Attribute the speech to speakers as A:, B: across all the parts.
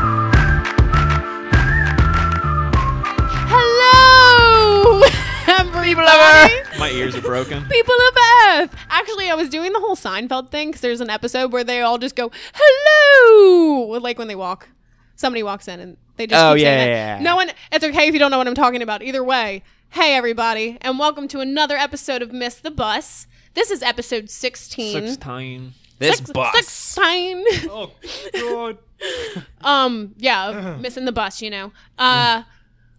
A: ears are broken.
B: People of Earth. Actually, I was doing the whole Seinfeld thing because there's an episode where they all just go hello, like when they walk. Somebody walks in and they just.
A: Oh,
B: keep saying
A: yeah,
B: that.
A: yeah, yeah.
B: No one. It's okay if you don't know what I'm talking about. Either way, hey everybody, and welcome to another episode of Miss the Bus. This is episode 16.
A: Six time.
C: This
B: Six-
C: bus.
B: 16.
A: Oh god.
B: Um, yeah, of missing the bus, you know. Uh,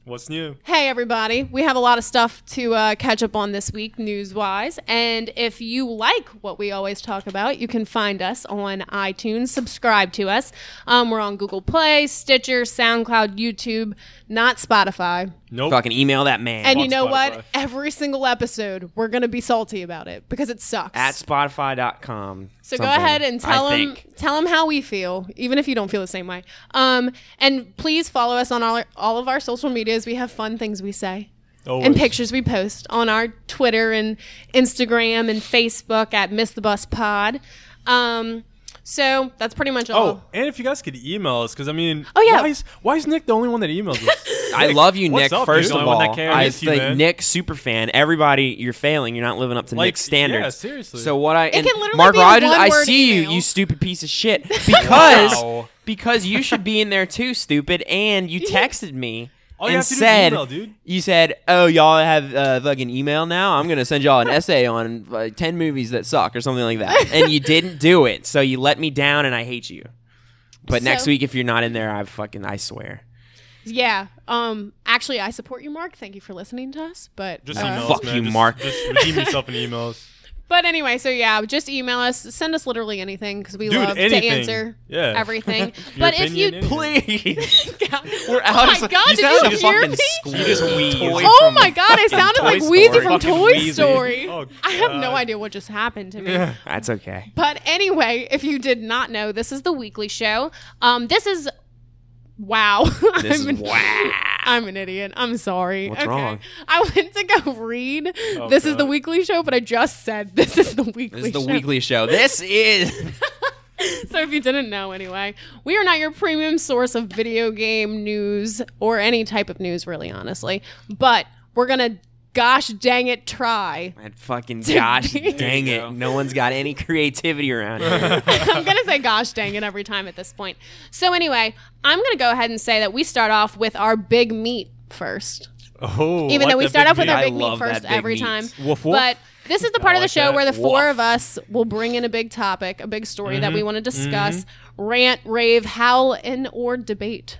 A: What's new?
B: hey, everybody. We have a lot of stuff to uh, catch up on this week, news wise. And if you like what we always talk about, you can find us on iTunes. Subscribe to us. Um, we're on Google Play, Stitcher, SoundCloud, YouTube, not Spotify.
A: Nope.
C: Fucking email that man.
B: And
A: on
B: you know
A: Spotify.
B: what? Every single episode, we're going to be salty about it because it sucks.
C: at spotify.com.
B: So go
C: something,
B: ahead and tell
C: I
B: them
C: think.
B: tell them how we feel, even if you don't feel the same way. Um, and please follow us on all our, all of our social medias. We have fun things we say
D: Oh,
B: and pictures we post on our Twitter and Instagram and Facebook at Miss the Bus Pod. Um, so that's pretty much all.
D: Oh, and if you guys could email us, because I mean,
B: Oh, yeah.
D: why is, why is Nick the only one that emails us?
C: I love you,
D: What's
C: Nick.
D: up,
C: first
D: dude?
C: of
D: Only one that
C: all,
D: cares.
C: I
D: Miss you,
C: think
D: man.
C: Nick, super fan. Everybody, you're failing. You're not living up to
D: Like,
C: Nick's standards.
D: yeah, seriously.
C: So what I and
B: can literally
C: Mark
B: be a
C: Rogers, I
B: one-word
C: see
B: email.
C: you, you stupid piece of shit. Because
D: Wow.
C: because you should be in there too, stupid. And you texted me.
D: All
C: and
D: you have to do is
C: said,
D: email, dude.
C: you said, "Oh, y'all have uh, fucking email now. I'm gonna send y'all an essay on uh, ten movies that suck or something like that." And you didn't do it, so you let me down, and I hate you. But next
B: So-
C: week, if you're not in there, I fucking I swear.
B: Yeah. Um, actually, I support you, Mark. Thank you for listening to us. But
D: Just
B: uh,
D: email
C: fuck
D: us, man.
C: you,
D: Just-
C: Mark.
D: Just redeem yourself in emails,
B: But anyway, so yeah, just email us. Send us literally anything because we
D: dude.
B: love
D: anything.
B: to answer
D: yeah.
B: everything.
D: Your
B: but if you
D: opinion, anything.
C: Please,
B: please,
C: we're out.
B: Oh my
C: of
B: God,
C: you
B: did
C: sound
B: you
C: like a
B: hear
C: fucking
B: me?
C: squeal.
A: You just wheezed.
C: Toy
B: Oh
C: from-
B: my god, I sounded
C: Toy
B: like Wheezy
C: Story.
B: from
A: Fucking
B: Toy
A: Wheezy.
B: Story.
D: Oh,
B: I have no
D: God.
B: idea what just happened to me.
C: That's okay.
B: But anyway, if you did not know, this is the weekly show. Um, this is wow.
C: This
B: I'm
C: is
B: an,
C: wow.
B: I'm an idiot. I'm sorry.
C: What's wrong?
B: I went to go read
D: Oh,
B: this is
D: God.
B: the weekly show, but I just said this is the weekly
C: This is the
B: show.
C: weekly show. This is
B: So if you didn't know anyway, we are not your premium source of video game news or any type of news really honestly. But we're going to gosh dang it try
C: That fucking gosh
B: There you
C: dang
A: go.
C: it. No one's got any creativity around here.
B: I'm going to say gosh dang it every time at this point. So, anyway, I'm going to go ahead and say that we start off with our big meat first.
D: Oh,
B: Even
D: like
B: though we
D: that
B: start
D: big
B: off with
D: meat.
B: our
C: I
B: big meat
C: love that
B: first
C: big
B: every
C: meat.
B: time.
D: Woof, woof.
B: But this is the part of the
D: like
B: show
D: that.
B: where the four
C: Woof.
B: of us will bring in a big topic, a big story
D: Mm-hmm.
B: that we want to discuss, rant, rave, howl, and or debate.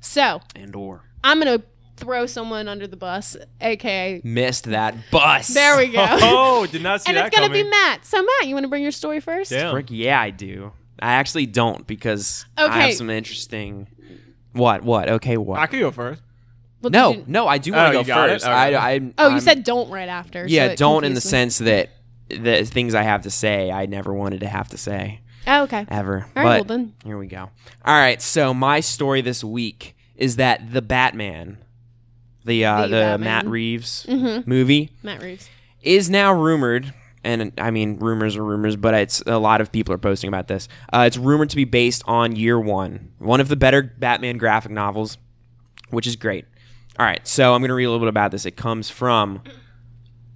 B: So,
C: and or
B: I'm going to throw someone under the bus, aka
C: missed that bus.
B: There we go.
D: oh, did not see
B: and
D: that
B: it's going to
D: coming.
B: be Matt. So, Matt, you want to bring your story first?
D: Damn.
C: Frick, yeah, I do. I actually don't because I
B: Okay.
C: have some interesting What? What? Okay, what?
A: I could go first.
B: Well, did
C: no,
B: you-
C: no, I do want
D: Oh,
C: to
D: you
C: go
D: got it?
C: first.
D: Okay.
C: I, I,
B: Oh, you
C: I'm-
B: said don't right after. so
C: yeah,
B: it
C: don't in the
B: confused me.
C: sense that the things I have to say I never wanted to have to say.
B: Oh, okay. All
C: ever. All
B: right,
C: right,
B: well then.
C: Here we go. All right, so my story this week is that the Batman, the uh,
B: The
C: the,
B: Batman. Mm-hmm.
C: Matt Reeves movie,
B: Matt Reeves.
C: is now rumored, and I mean rumors are rumors, but it's a lot of people are posting about this. Uh, it's rumored to be based on Year One, one of the better Batman graphic novels, which is great. All right, so I'm going to read a little bit about this. It comes from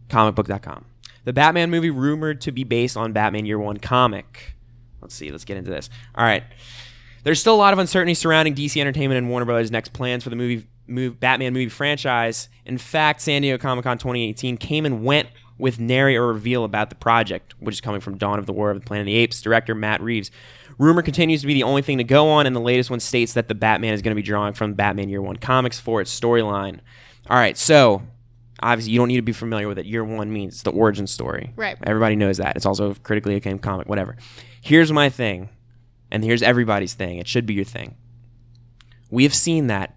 C: comicbook.com. The Batman movie rumored to be based on Batman Year One comic. Let's see. Let's get into this. All right. There's still a lot of uncertainty surrounding DC Entertainment and Warner Brothers' next plans for the movie, move, Batman movie franchise. In fact, San Diego Comic Con 2018 came and went with nary a reveal about the project, which is coming from Dawn of the War of the Planet of the Apes director Matt Reeves. Rumor continues to be the only thing to go on, and the latest one states that the Batman is going to be drawing from Batman Year One comics for its storyline. All right, so obviously you don't need to be familiar with it. Year One means it's the origin story.
B: Right.
C: Everybody knows that. It's also critically acclaimed comic, whatever. Here's my thing and here's everybody's thing. It should be your thing. We have seen that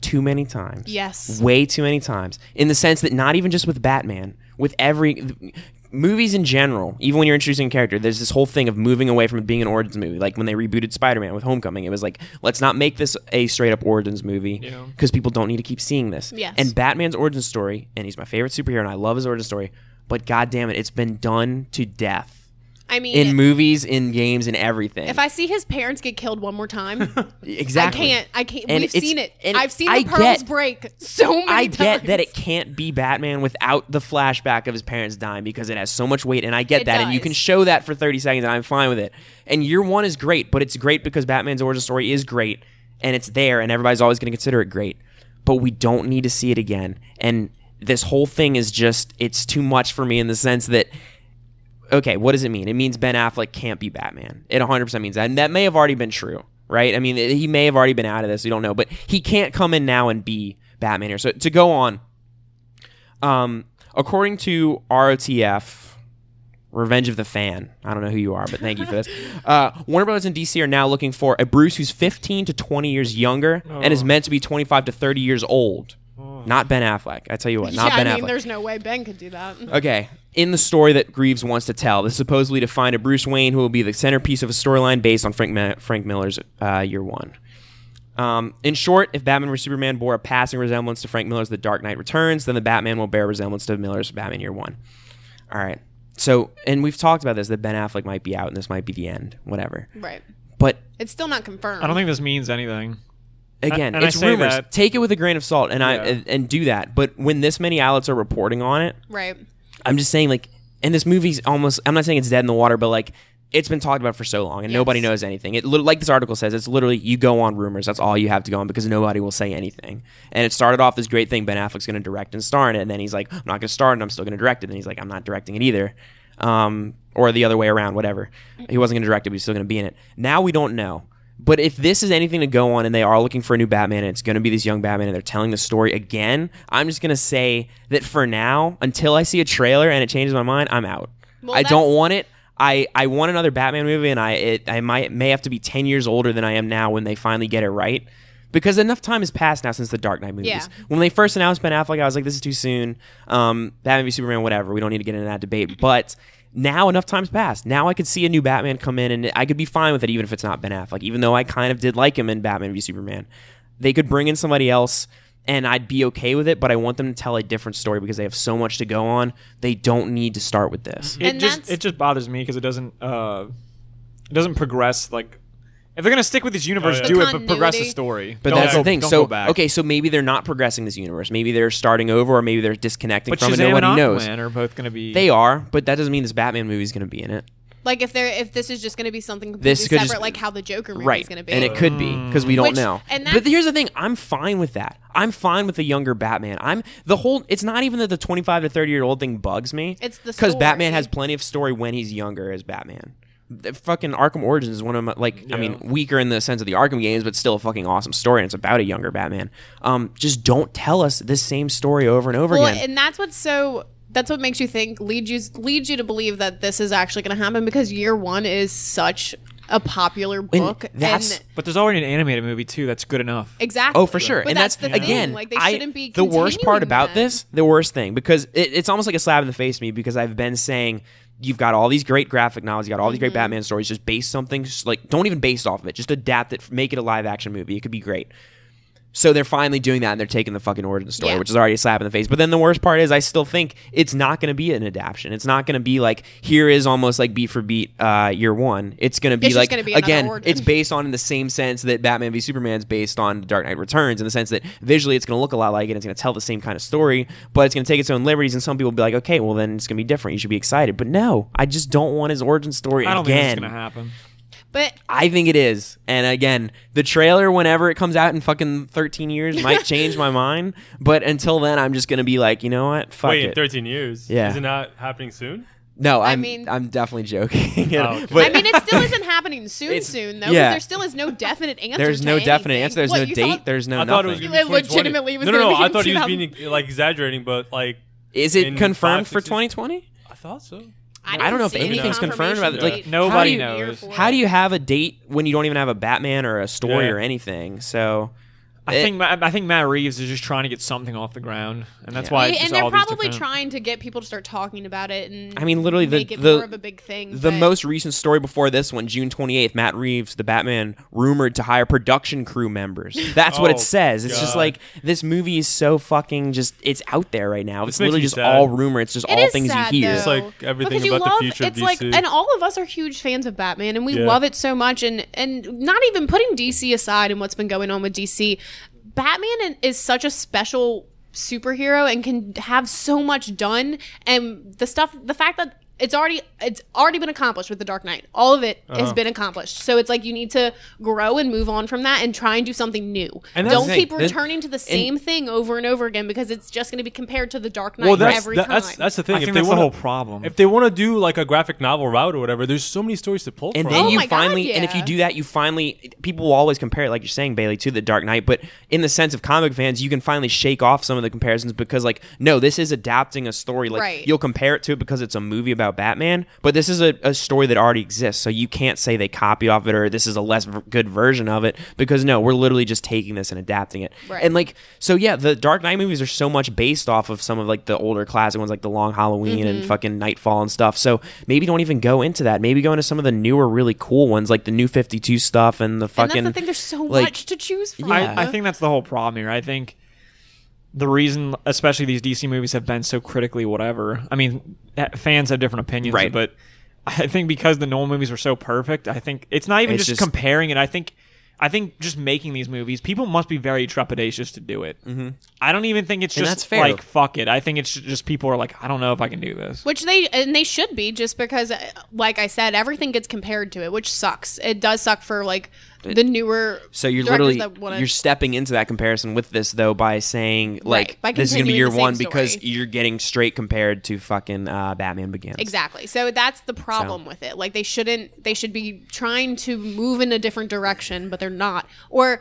C: too many times.
B: Yes.
C: Way too many times. In the sense that not even just with Batman, with every th- movies in general, even when you're introducing a character, there's this whole thing of moving away from it being an origins movie. Like when they rebooted Spider-Man with Homecoming, it was like, let's not make this a straight up origins movie because people don't need to keep seeing this.
B: Yes.
C: And Batman's origin story, and he's my favorite superhero and I love his origin story, but god damn it, it's been done to death.
B: I mean,
C: in movies, in games, in everything.
B: if I see his parents get killed one more time,
C: exactly,
B: I can't. I can't.
C: And
B: we've
C: it's-
B: seen it.
C: and
B: I've seen
C: I
B: the pearls
C: get-
B: break so many
C: I
B: times.
C: get that it can't be Batman without the flashback of his parents dying because it has so much weight, and I get
B: It
C: that. And you
B: does.
C: can show that for 30 seconds, and I'm fine with it. And year one is great, but it's great because Batman's origin story is great, and it's there, and everybody's always going to consider it great. But we don't need to see it again. And this whole thing is just, it's too much for me in the sense that okay, what does it mean? It means Ben Affleck can't be Batman. It 100% means that. And that may have already been true, right? I mean, it- he may have already been out of this. We don't know. But he can't come in now and be Batman here. So to go on, um, according to ROTF, Revenge of the Fan, I don't know who you are, but thank you for this. Uh, Warner Brothers and DC are now looking for a Bruce who's 15 to 20 years younger and
B: Oh.
C: is meant to be 25 to 30 years old. Not Ben Affleck. I tell you what,
B: Yeah,
C: not Ben
B: I mean,
C: Affleck.
B: there's no way Ben could do that.
C: Okay. In the story that Greaves wants to tell, this is supposedly to find a Bruce Wayne who will be the centerpiece of a storyline based on Frank, Ma- Frank Miller's uh, Year One. Um, in short, if Batman vs Superman bore a passing resemblance to Frank Miller's The Dark Knight Returns, then the Batman will bear resemblance to Miller's Batman Year One. All right. So, and we've talked about this that Ben Affleck might be out and this might be the end, whatever.
B: Right.
C: But
B: It's still not confirmed.
D: I don't think this means anything.
C: again,
D: A- and I
C: it's
D: say
C: rumors.
D: that-
C: Take it with a grain of salt, and I
D: Yeah.
C: and, and do that. But when this many outlets are reporting on it,
B: Right.
C: I'm just saying, like, and this movie's almost, I'm not saying it's dead in the water, but like, it's been talked about for so long and nobody
B: Yes.
C: knows anything. It, lit- like this article says, it's literally you go on rumors. That's all you have to go on because nobody will say anything. And it started off this great thing Ben Affleck's going to direct and star in it. And then he's like, I'm not going to star in it. I'm still going to direct it. And he's like, I'm not directing it either. Um, or the other way around, whatever. He wasn't going to direct it, but he's still going to be in it. Now we don't know. But if this is anything to go on and they are looking for a new Batman and it's going to be this young Batman and they're telling the story again, I'm just going to say that for now, until I see a trailer and it changes my mind, I'm out.
B: Well,
C: I
B: that's-
C: don't want it. I, I want another Batman movie and I it, I might may have to be 10 years older than I am now when they finally get it right. Because enough time has passed now since the Dark Knight movies.
B: Yeah.
C: When they first announced Ben Affleck, I was like, this is too soon. Um, Batman v Superman, whatever. We don't need to get into that debate. But now enough time's passed. Now I could see a new Batman come in, and I could be fine with it, even if it's not Ben Affleck, even though I kind of did like him in Batman v Superman. They could bring in somebody else, and I'd be okay with it, but I want them to tell a different story because they have so much to go on. They don't need to start with this.
E: Mm-hmm.
D: It
B: And
D: just
B: that's-
E: it just bothers me because it doesn't uh it doesn't progress like if they're gonna stick with this universe
D: Oh, yeah.
E: do
B: The
E: it but progress the
B: continuity.
E: story
C: But
E: Don't
C: that's
E: go-
C: the thing.
E: don't
C: So
E: go back.
C: okay, so maybe they're not progressing this universe. Maybe they're starting over, or maybe they're disconnecting
E: but
C: from
E: Shazam
C: it. Nobody
E: and
C: knows.
E: Aquaman are both gonna be
C: They are, but that doesn't mean this Batman movie is going to be in it.
B: Like if there, if this is just going to be something completely
C: This could
B: separate,
C: just-
B: like how the Joker movie
C: right
B: is going to be,
C: and it could be because we don't
B: Which-
C: know
B: and
C: but
B: that's-
C: here's the thing i'm fine with that i'm fine with the younger batman i'm the whole it's not even that the 25 to 30 year old thing bugs me
B: It's the
C: because batman
B: story.
C: has plenty of story when he's younger as batman the fucking arkham origins is one of my like i mean weaker in the sense of the arkham games but still a fucking awesome story and it's about a younger batman um just don't tell us the same story over and over
B: well,
C: again
B: and that's what's so. That's what makes you think leads you leads you to believe that this is actually going to happen because year one is such a popular book.
C: that's-
B: and
E: but there's already an animated movie too that's good enough
B: exactly.
C: Oh, for sure.
B: But
C: and that's,
B: the thing.
C: again,
B: like they
C: I-
B: shouldn't be
C: the worst
B: continuing
C: part about
B: that.
C: this. The worst thing because it, it's almost like a slap in the face to me because I've been saying you've got all these great graphic novels, you got all these
B: Mm-hmm.
C: great Batman stories. Just base something just like don't even base off of it. Just adapt it, make it a live action movie. It could be great. So they're finally doing that, and they're taking the fucking origin story,
B: Yeah.
C: which is already a slap in the face. But then the worst part is, I still think it's not going to be an adaptation. It's not going to be like here is almost like beat for beat uh, year one. It's going to be
B: It's just
C: like
B: gonna be another
C: again,
B: origin.
C: it's based on in the same sense that Batman v Superman's based on Dark Knight Returns, in the sense that visually it's going to look a lot like it. It's going to tell the same kind of story, but it's going to take its own liberties. And some people will be like, okay, well then it's going to be different. You should be excited. But no, I just don't want his origin story
E: i don't
C: again.
E: think it's gonna happen
B: But
C: I think it is. And again, the trailer, whenever it comes out in fucking 13 years, might change my mind. But until then, I'm just going to be like, you know what? Fuck
D: Wait,
C: it.
D: 13 years.
C: Yeah.
D: Isn't that happening soon?
C: no, I'm, I
B: mean-
C: I'm definitely joking.
D: Oh, okay.
C: but
B: I mean, it still isn't happening soon.
C: It's-
B: Soon though, 'cause
C: yeah.
B: there still is no definite answer.
C: there's
B: to
C: no definite
B: anything.
C: answer. There's
B: What,
C: no
B: you
C: date.
B: thought-
C: there's no
D: I thought it was
C: nothing.
D: going to be
B: It
D: 2020.
B: legitimately was
D: no, no,
B: gonna
D: no.
B: be
D: I
B: in
D: thought he was
B: 2000.
D: being like exaggerating, but like
C: is it
D: in
C: confirmed
D: five,
C: for
D: six years.
C: 2020?
D: I thought so.
B: didn't
C: I don't know if
B: see any
C: anything's confirmed about it.
B: confirmation
C: Like
B: date.
E: Nobody
C: how do you-
E: knows.
C: How do you have a date when you don't even have a Batman or a story
D: Yeah.
C: or anything? So
E: I think Ma- I think Matt Reeves is just trying to get something off the ground, and that's
C: Yeah.
E: why.
B: They-
E: it's just
B: and they're
E: all these
B: probably
E: different-
B: trying to get people to start talking about it. And
C: I mean, literally, the-
B: make it
C: the-
B: more of a big thing.
C: The
B: but-
C: most recent story before this one, June 28th, Matt Reeves, the Batman, rumored to hire production crew members. That's what
D: Oh,
C: it says. It's just
D: God.
C: like this movie is so fucking just it's out there right now.
D: makes
C: It's literally
D: me
C: just
D: sad.
C: all rumor. It's just
B: It
C: all
B: is
C: things
B: sad,
C: you hear.
B: though,
D: It's like everything
B: because you
D: about the
B: love,
D: future of
B: It's like,
D: DC.
B: and all of us are huge fans of Batman, and we
D: Yeah.
B: love it so much. And and not even putting DC aside and what's been going on with DC, Batman i- is such a special superhero and can have so much done. And the stuff, the fact that it's already it's already been accomplished with the Dark Knight. All of it
D: Uh-huh.
B: has been accomplished. So it's like you need to grow and move on from that and try and do something new.
C: And that's
B: Don't
C: the
B: keep
C: thing. This-
B: returning to the same thing over and over again because it's just going to be compared to the Dark Knight
D: Well, that's
B: every
D: that-
B: time.
D: that's that's the thing.
E: I think
D: if they
E: that's the
D: wanna,
E: whole problem.
D: If they want to do like a graphic novel route or whatever, there's so many stories to pull
C: and
D: from.
C: then
B: Oh
C: you
B: my God,
C: finally and if you
B: yeah.
C: do that you finally people will always compare it like you're saying bailey to the dark knight but in the sense of comic fans you can finally shake off some of the comparisons because like no this is adapting a story like
B: Right.
C: you'll compare it to it because it's a movie about batman but this is a, a story that already exists so you can't say they copied off it or this is a less v- good version of it because no we're literally just taking this and adapting it
B: Right.
C: and like so yeah the dark knight movies are so much based off of some of like the older classic ones like the long halloween
B: Mm-hmm.
C: and fucking nightfall and stuff so maybe don't even go into that maybe go into some of the newer really cool ones like the new 52 stuff and the fucking
B: and that's the thing. There's so
C: like-
B: much to choose from.
C: Yeah.
E: I, I think that's the whole problem here. I think the reason, especially these DC movies, have been so critically whatever. I mean, eh, fans have different opinions,
C: Right.
E: But I think because the Nolan movies were so perfect, I think it's not even
C: It's
E: just,
C: just-
E: comparing it. I think. I think just making these movies, people must be very trepidatious to do it. Mm-hmm. I don't even think it's
C: And
E: just
C: that's fair.
E: like fuck it. I think it's just people are like, I don't know if I can do this.
B: which they and they should be just because, uh, like I said, everything gets compared to it, which sucks. It does suck for like the newer.
C: so you're
B: directors
C: literally
B: that wanna-
C: you're stepping into that comparison with this though by saying like
B: By
C: this is gonna be
B: continuing
C: year
B: the same
C: one because
B: story.
C: you're getting straight compared to fucking uh, Batman Begins.
B: exactly. So that's the problem with it. Like they shouldn't. They should be trying to move in a different direction, but they're not. Or.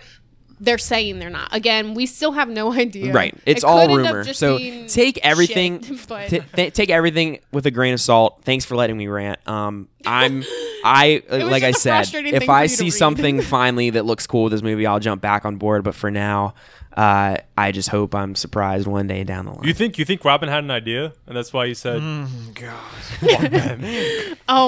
B: They're saying they're not. Again, we still have no idea.
C: Right. It's
B: It
C: all
B: could end up
C: rumor.
B: just
C: So
B: being
C: take everything
B: shit, but
C: t- th- take everything with a grain of salt. Thanks for letting me rant. Um I'm I uh, like I
B: just a
C: said
B: frustrating
C: if
B: thing for
C: I
B: you to
C: see
B: read.
C: something finally that looks cool with this movie, I'll jump back on board, but for now, uh I just hope I'm surprised one day down the line.
D: you think you think Robin had an idea, and that's why he said,
B: oh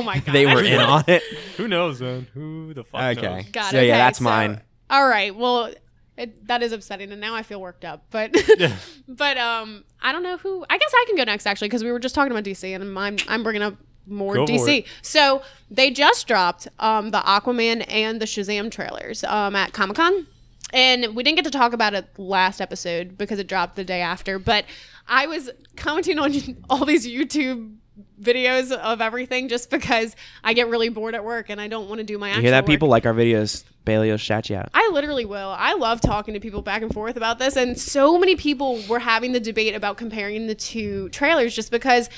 B: my god,
C: they were in on it.
D: "Who knows, man? Who the fuck knows?"
C: Okay.
B: God,
C: so
B: okay,
C: yeah, that's
B: so-
C: mine.
B: All right. Well, it, that is upsetting, and now I feel worked up. But but um, I don't know who. I guess I can go next actually because we were just talking about DC, and I'm I'm bringing up more
D: Go for
B: DC.
D: it.
B: So they just dropped um the Aquaman and the Shazam trailers um at Comic Con. And we didn't get to talk about it last episode because it dropped the day after. But I was commenting on all these YouTube videos of everything just because I get really bored at work and I don't want to do my actual
C: You hear that
B: work.
C: people like our videos, Bailey will shout you out.
B: I literally will. I love talking to people back and forth about this, and so many people were having the debate about comparing the two trailers just because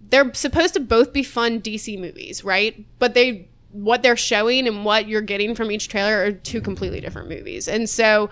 B: they're supposed to both be fun DC movies, right? But they what they're showing and what you're getting from each trailer are two completely different movies. And so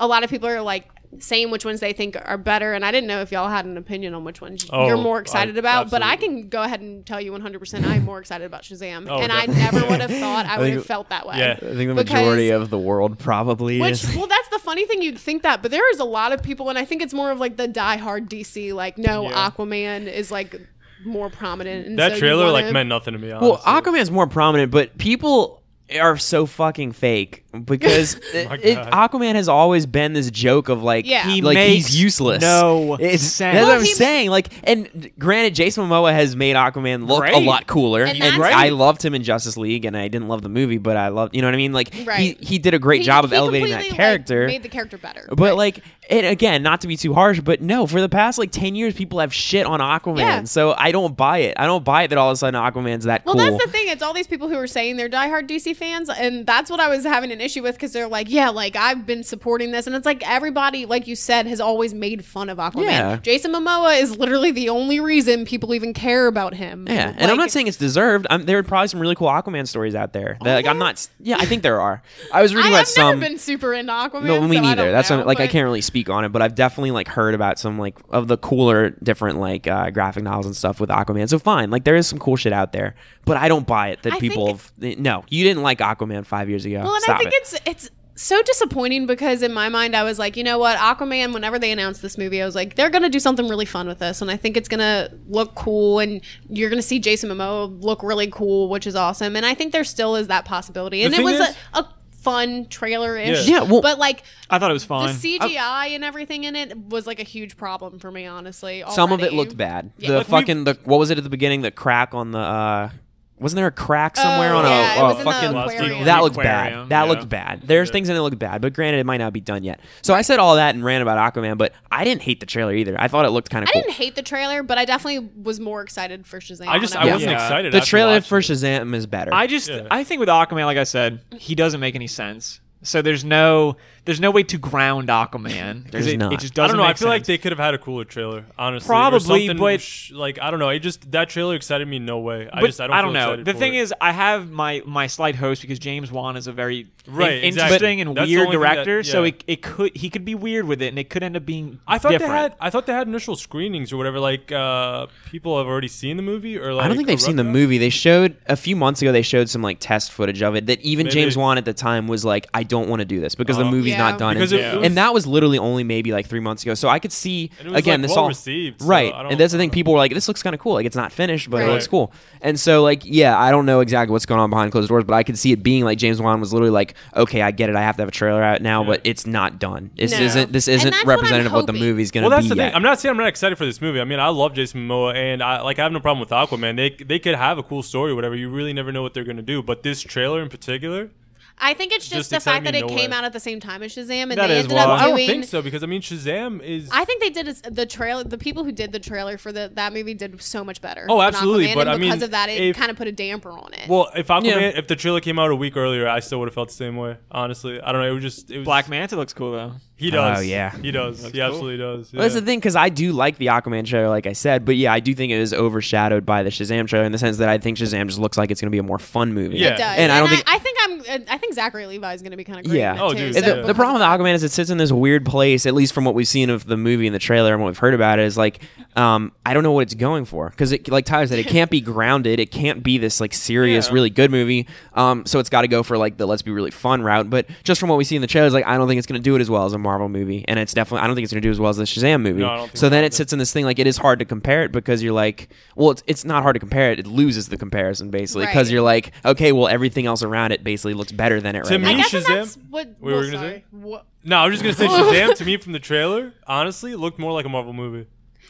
B: a lot of people are like saying which ones they think are better and I didn't know if y'all had an opinion on which ones
D: Oh,
B: you're more
D: I-
B: excited about, but I
D: absolutely.
B: can go ahead and tell you 100% I'm more excited about Shazam.
D: Oh,
B: and
D: definitely.
B: I never
D: Yeah.
B: would have thought I would have
C: think-
B: felt that way.
D: Yeah.
C: I think the
B: Because-
C: majority of the world probably
B: Which,
C: is.
B: well, that's the funny thing. You'd think that, but there is a lot of people, and I think it's more of like the diehard DC. Like, no, Aquaman is like more prominent. And
D: That
B: so you
D: trailer like
B: wanna-
D: meant nothing to me. Honestly.
C: Well, Aquaman's more prominent, but people are so fucking fake because
D: my
C: it- it-
D: God.
C: Aquaman has always been this joke of like,
B: Oh Yeah. He
C: like
E: makes
C: he's useless.
E: no
C: it's, That's
E: sense.
B: Well,
C: what I'm
B: he ma-
C: saying. Like, and granted, Jason Momoa has made Aquaman look a
E: Great.
C: lot cooler, and,
B: And that's-
C: I loved him in Justice League, and I didn't love the movie, but I loved, you know what I mean? Like,
B: Right.
C: he he did a great
B: He-
C: job of
B: he
C: elevating that
B: completely, like,
C: character.
B: made the character better.
C: But like, and again, not to be too harsh, but no, for the past like ten years, people have shit on Aquaman,
B: Yeah.
C: so I don't buy it. I don't buy it that all of a sudden Aquaman's that
B: Well,
C: cool.
B: that's the thing. It's all these people who are saying they're diehard DC fans, and that's what I was having an issue with because they're like, "Yeah, like I've been supporting this," and it's like everybody, like you said, has always made fun of Aquaman.
C: Yeah.
B: Jason Momoa is literally the only reason people even care about him.
C: yeah, and I'm
B: Like-
C: not saying it's deserved. I'm, there are probably some really cool Aquaman stories out there. That, like, I'm not. s- Yeah, I think there are. I was
B: I
C: reading
B: have
C: about
B: never
C: some.
B: been super into Aquaman.
C: no, me
B: so I
C: neither.
B: don't
C: That's
B: know,
C: what I'm- like I
B: but-
C: can't really speak on it, but I've definitely like heard about some like of the cooler different like uh, graphic novels and stuff with Aquaman. So fine, like there is some cool shit out there, but I don't buy it that
B: I
C: people.
B: think-
C: have, no, you didn't like Aquaman five years ago.
B: Well, and
C: Stop
B: I think
C: it.
B: it's it's so disappointing because in my mind I was like, you know what, Aquaman. Whenever they announced this movie, I was like, they're gonna do something really fun with this, and I think it's gonna look cool, and you're gonna see Jason Momoa look really cool, which is awesome. And I think there still is that possibility. And it
D: thing
B: was
D: is-
B: a, a fun trailer ish.
D: Yeah.
C: Yeah, well-
B: but like
E: I thought it was
B: the
E: fine.
B: CGI and everything in it was like a huge problem for me, honestly.
C: Some of it
B: already.
C: looked bad.
B: Yeah.
C: The
B: Look,
D: we've-
C: fucking the what was it at the beginning? The crack on the uh wasn't there a crack somewhere
B: Oh,
C: on
B: yeah, it
C: a,
B: was
C: a
B: in the
C: fucking
B: aquarium.
C: that looked bad.
E: Aquarium,
C: That
E: yeah.
C: looked bad. There's things in it that looked bad, but granted, it might not be done yet. So I said all that and ran about Aquaman, but I didn't hate the trailer either. I thought it looked kind of
B: I
C: cool.
B: didn't hate the trailer, but I definitely was more excited for Shazam.
D: I just
B: than
D: I
B: was
D: wasn't
E: Yeah.
D: excited.
C: The
D: after
C: trailer
D: watching
C: for
D: it.
C: Shazam is better.
E: I just
D: Yeah.
E: I think with Aquaman, like I said, he doesn't make any sense. So there's no there's no way to ground Aquaman 'cause
C: There's
E: it,
C: not.
E: it just
D: I don't
E: doesn't.
D: know. I
E: make
D: feel like
E: sense.
D: they could have had a cooler trailer, honestly. or
E: Probably,
D: something
E: but-
D: sh- like I don't know. It just that trailer excited me no way. I
E: But
D: just I don't, feel
E: know.
D: excited
E: The
D: for
E: thing
D: it.
E: is, I have my my slight host because James Wan is a very in-
D: Right, exactly.
E: interesting and
D: That's the
E: weird
D: only thing that-
E: director. So
D: yeah.
E: it, it could he could be weird with it, and it could end up being.
D: I thought
E: different.
D: they had I thought they had initial screenings or whatever. Like uh, people have already seen the movie or like
C: I don't think they've
D: a
C: seen the
D: rough-
C: movie. They showed a few months ago. They showed some like test footage of it that even
D: Maybe.
C: James Wan at the time was like, "I don't want to do this because the
D: Oh.
C: movie's
B: Yeah.
C: not done."
D: Because
C: and,
D: it- it
C: and
D: was-
C: that was literally only maybe like three months ago. So I could see
D: And it was, like,
C: again this
D: well
C: all
D: received, so
C: right.
D: I don't-
C: and that's the thing. People were like, "This looks kind of cool. Like it's not finished, but
B: Right.
C: it looks cool." And so like yeah, I don't know exactly what's going on behind closed doors, but I could see it being like James Wan was literally like, "Okay, I get it. I have to have a trailer out now, but it's not done. This
B: No.
C: isn't this
B: And
C: isn't
B: that's what I'm
C: representative of what the
B: hoping.
C: movie's going to
D: Well, that's
C: be
D: the
C: yet."
D: thing. I'm not saying I'm not excited for this movie. I mean, I love Jason Momoa, and I like I have no problem with Aquaman. They they could have a cool story, or whatever. You really never know what they're gonna do. But this trailer in particular,
B: I think it's just,
D: Just
B: the fact
D: excited
B: that
D: me
B: it
D: no
B: came
D: way.
B: out at the same time as Shazam, and
E: That
B: they
E: is
B: ended
E: why.
B: up
D: I
B: doing.
D: don't think so because I mean Shazam is.
B: I think they did a s- the trailer. The people who did the trailer for the, that movie did so much better.
D: Oh,
B: than
D: absolutely,
B: Aquaman,
D: but
B: and
D: I mean,
B: because of that, it
D: if-
B: kind of put a damper on it.
D: well, if Aquaman,
C: Yeah.
D: if the trailer came out a week earlier, I still would have felt the same way. Honestly, I don't know. It was just it was,
E: Black Manta looks cool though.
D: He does.
C: Oh, yeah.
D: he does. he absolutely does.
C: Well, that's
D: yeah.
C: the thing because I do like the Aquaman trailer, like I said, but yeah, I do think it is overshadowed by the Shazam trailer in the sense that I think Shazam just looks like it's going to be a more fun movie.
D: Yeah.
B: it does.
C: and I don't think.
B: I, think I'm. uh, I think Zachary Levi is going to be kind of great.
C: yeah.
B: in it,
D: Oh,
B: too,
D: dude,
B: so
C: And the,
D: yeah.
C: the problem with Aquaman is it sits in this weird place, at least from what we've seen of the movie and the trailer and what we've heard about it. Is like, um, I don't know what it's going for because, it, like Tyler said, it can't be grounded. It can't be this like serious,
D: Yeah.
C: really good movie. Um, so it's got to go for like the let's be really fun route. But just from what we see in the trailers, like I don't think it's going to do it as well as a Marvel movie, and it's definitely I don't think it's going to do as well as the Shazam movie.
D: No, I don't think
C: so
D: so
C: then it
D: either.
C: sits in this thing like it is hard to compare it because you're like, well, it's it's not hard to compare it. It loses the comparison basically because
B: Right.
C: you're like, okay, well, everything else around it basically looks better than it
D: To
C: right
D: me,
C: now.
B: I guess
D: Shazam-
B: that's what
D: we
B: well,
D: were gonna
B: sorry.
D: say?
B: What-
D: No, I was just gonna say Shazam to me from the trailer. Honestly, it looked more like a Marvel movie,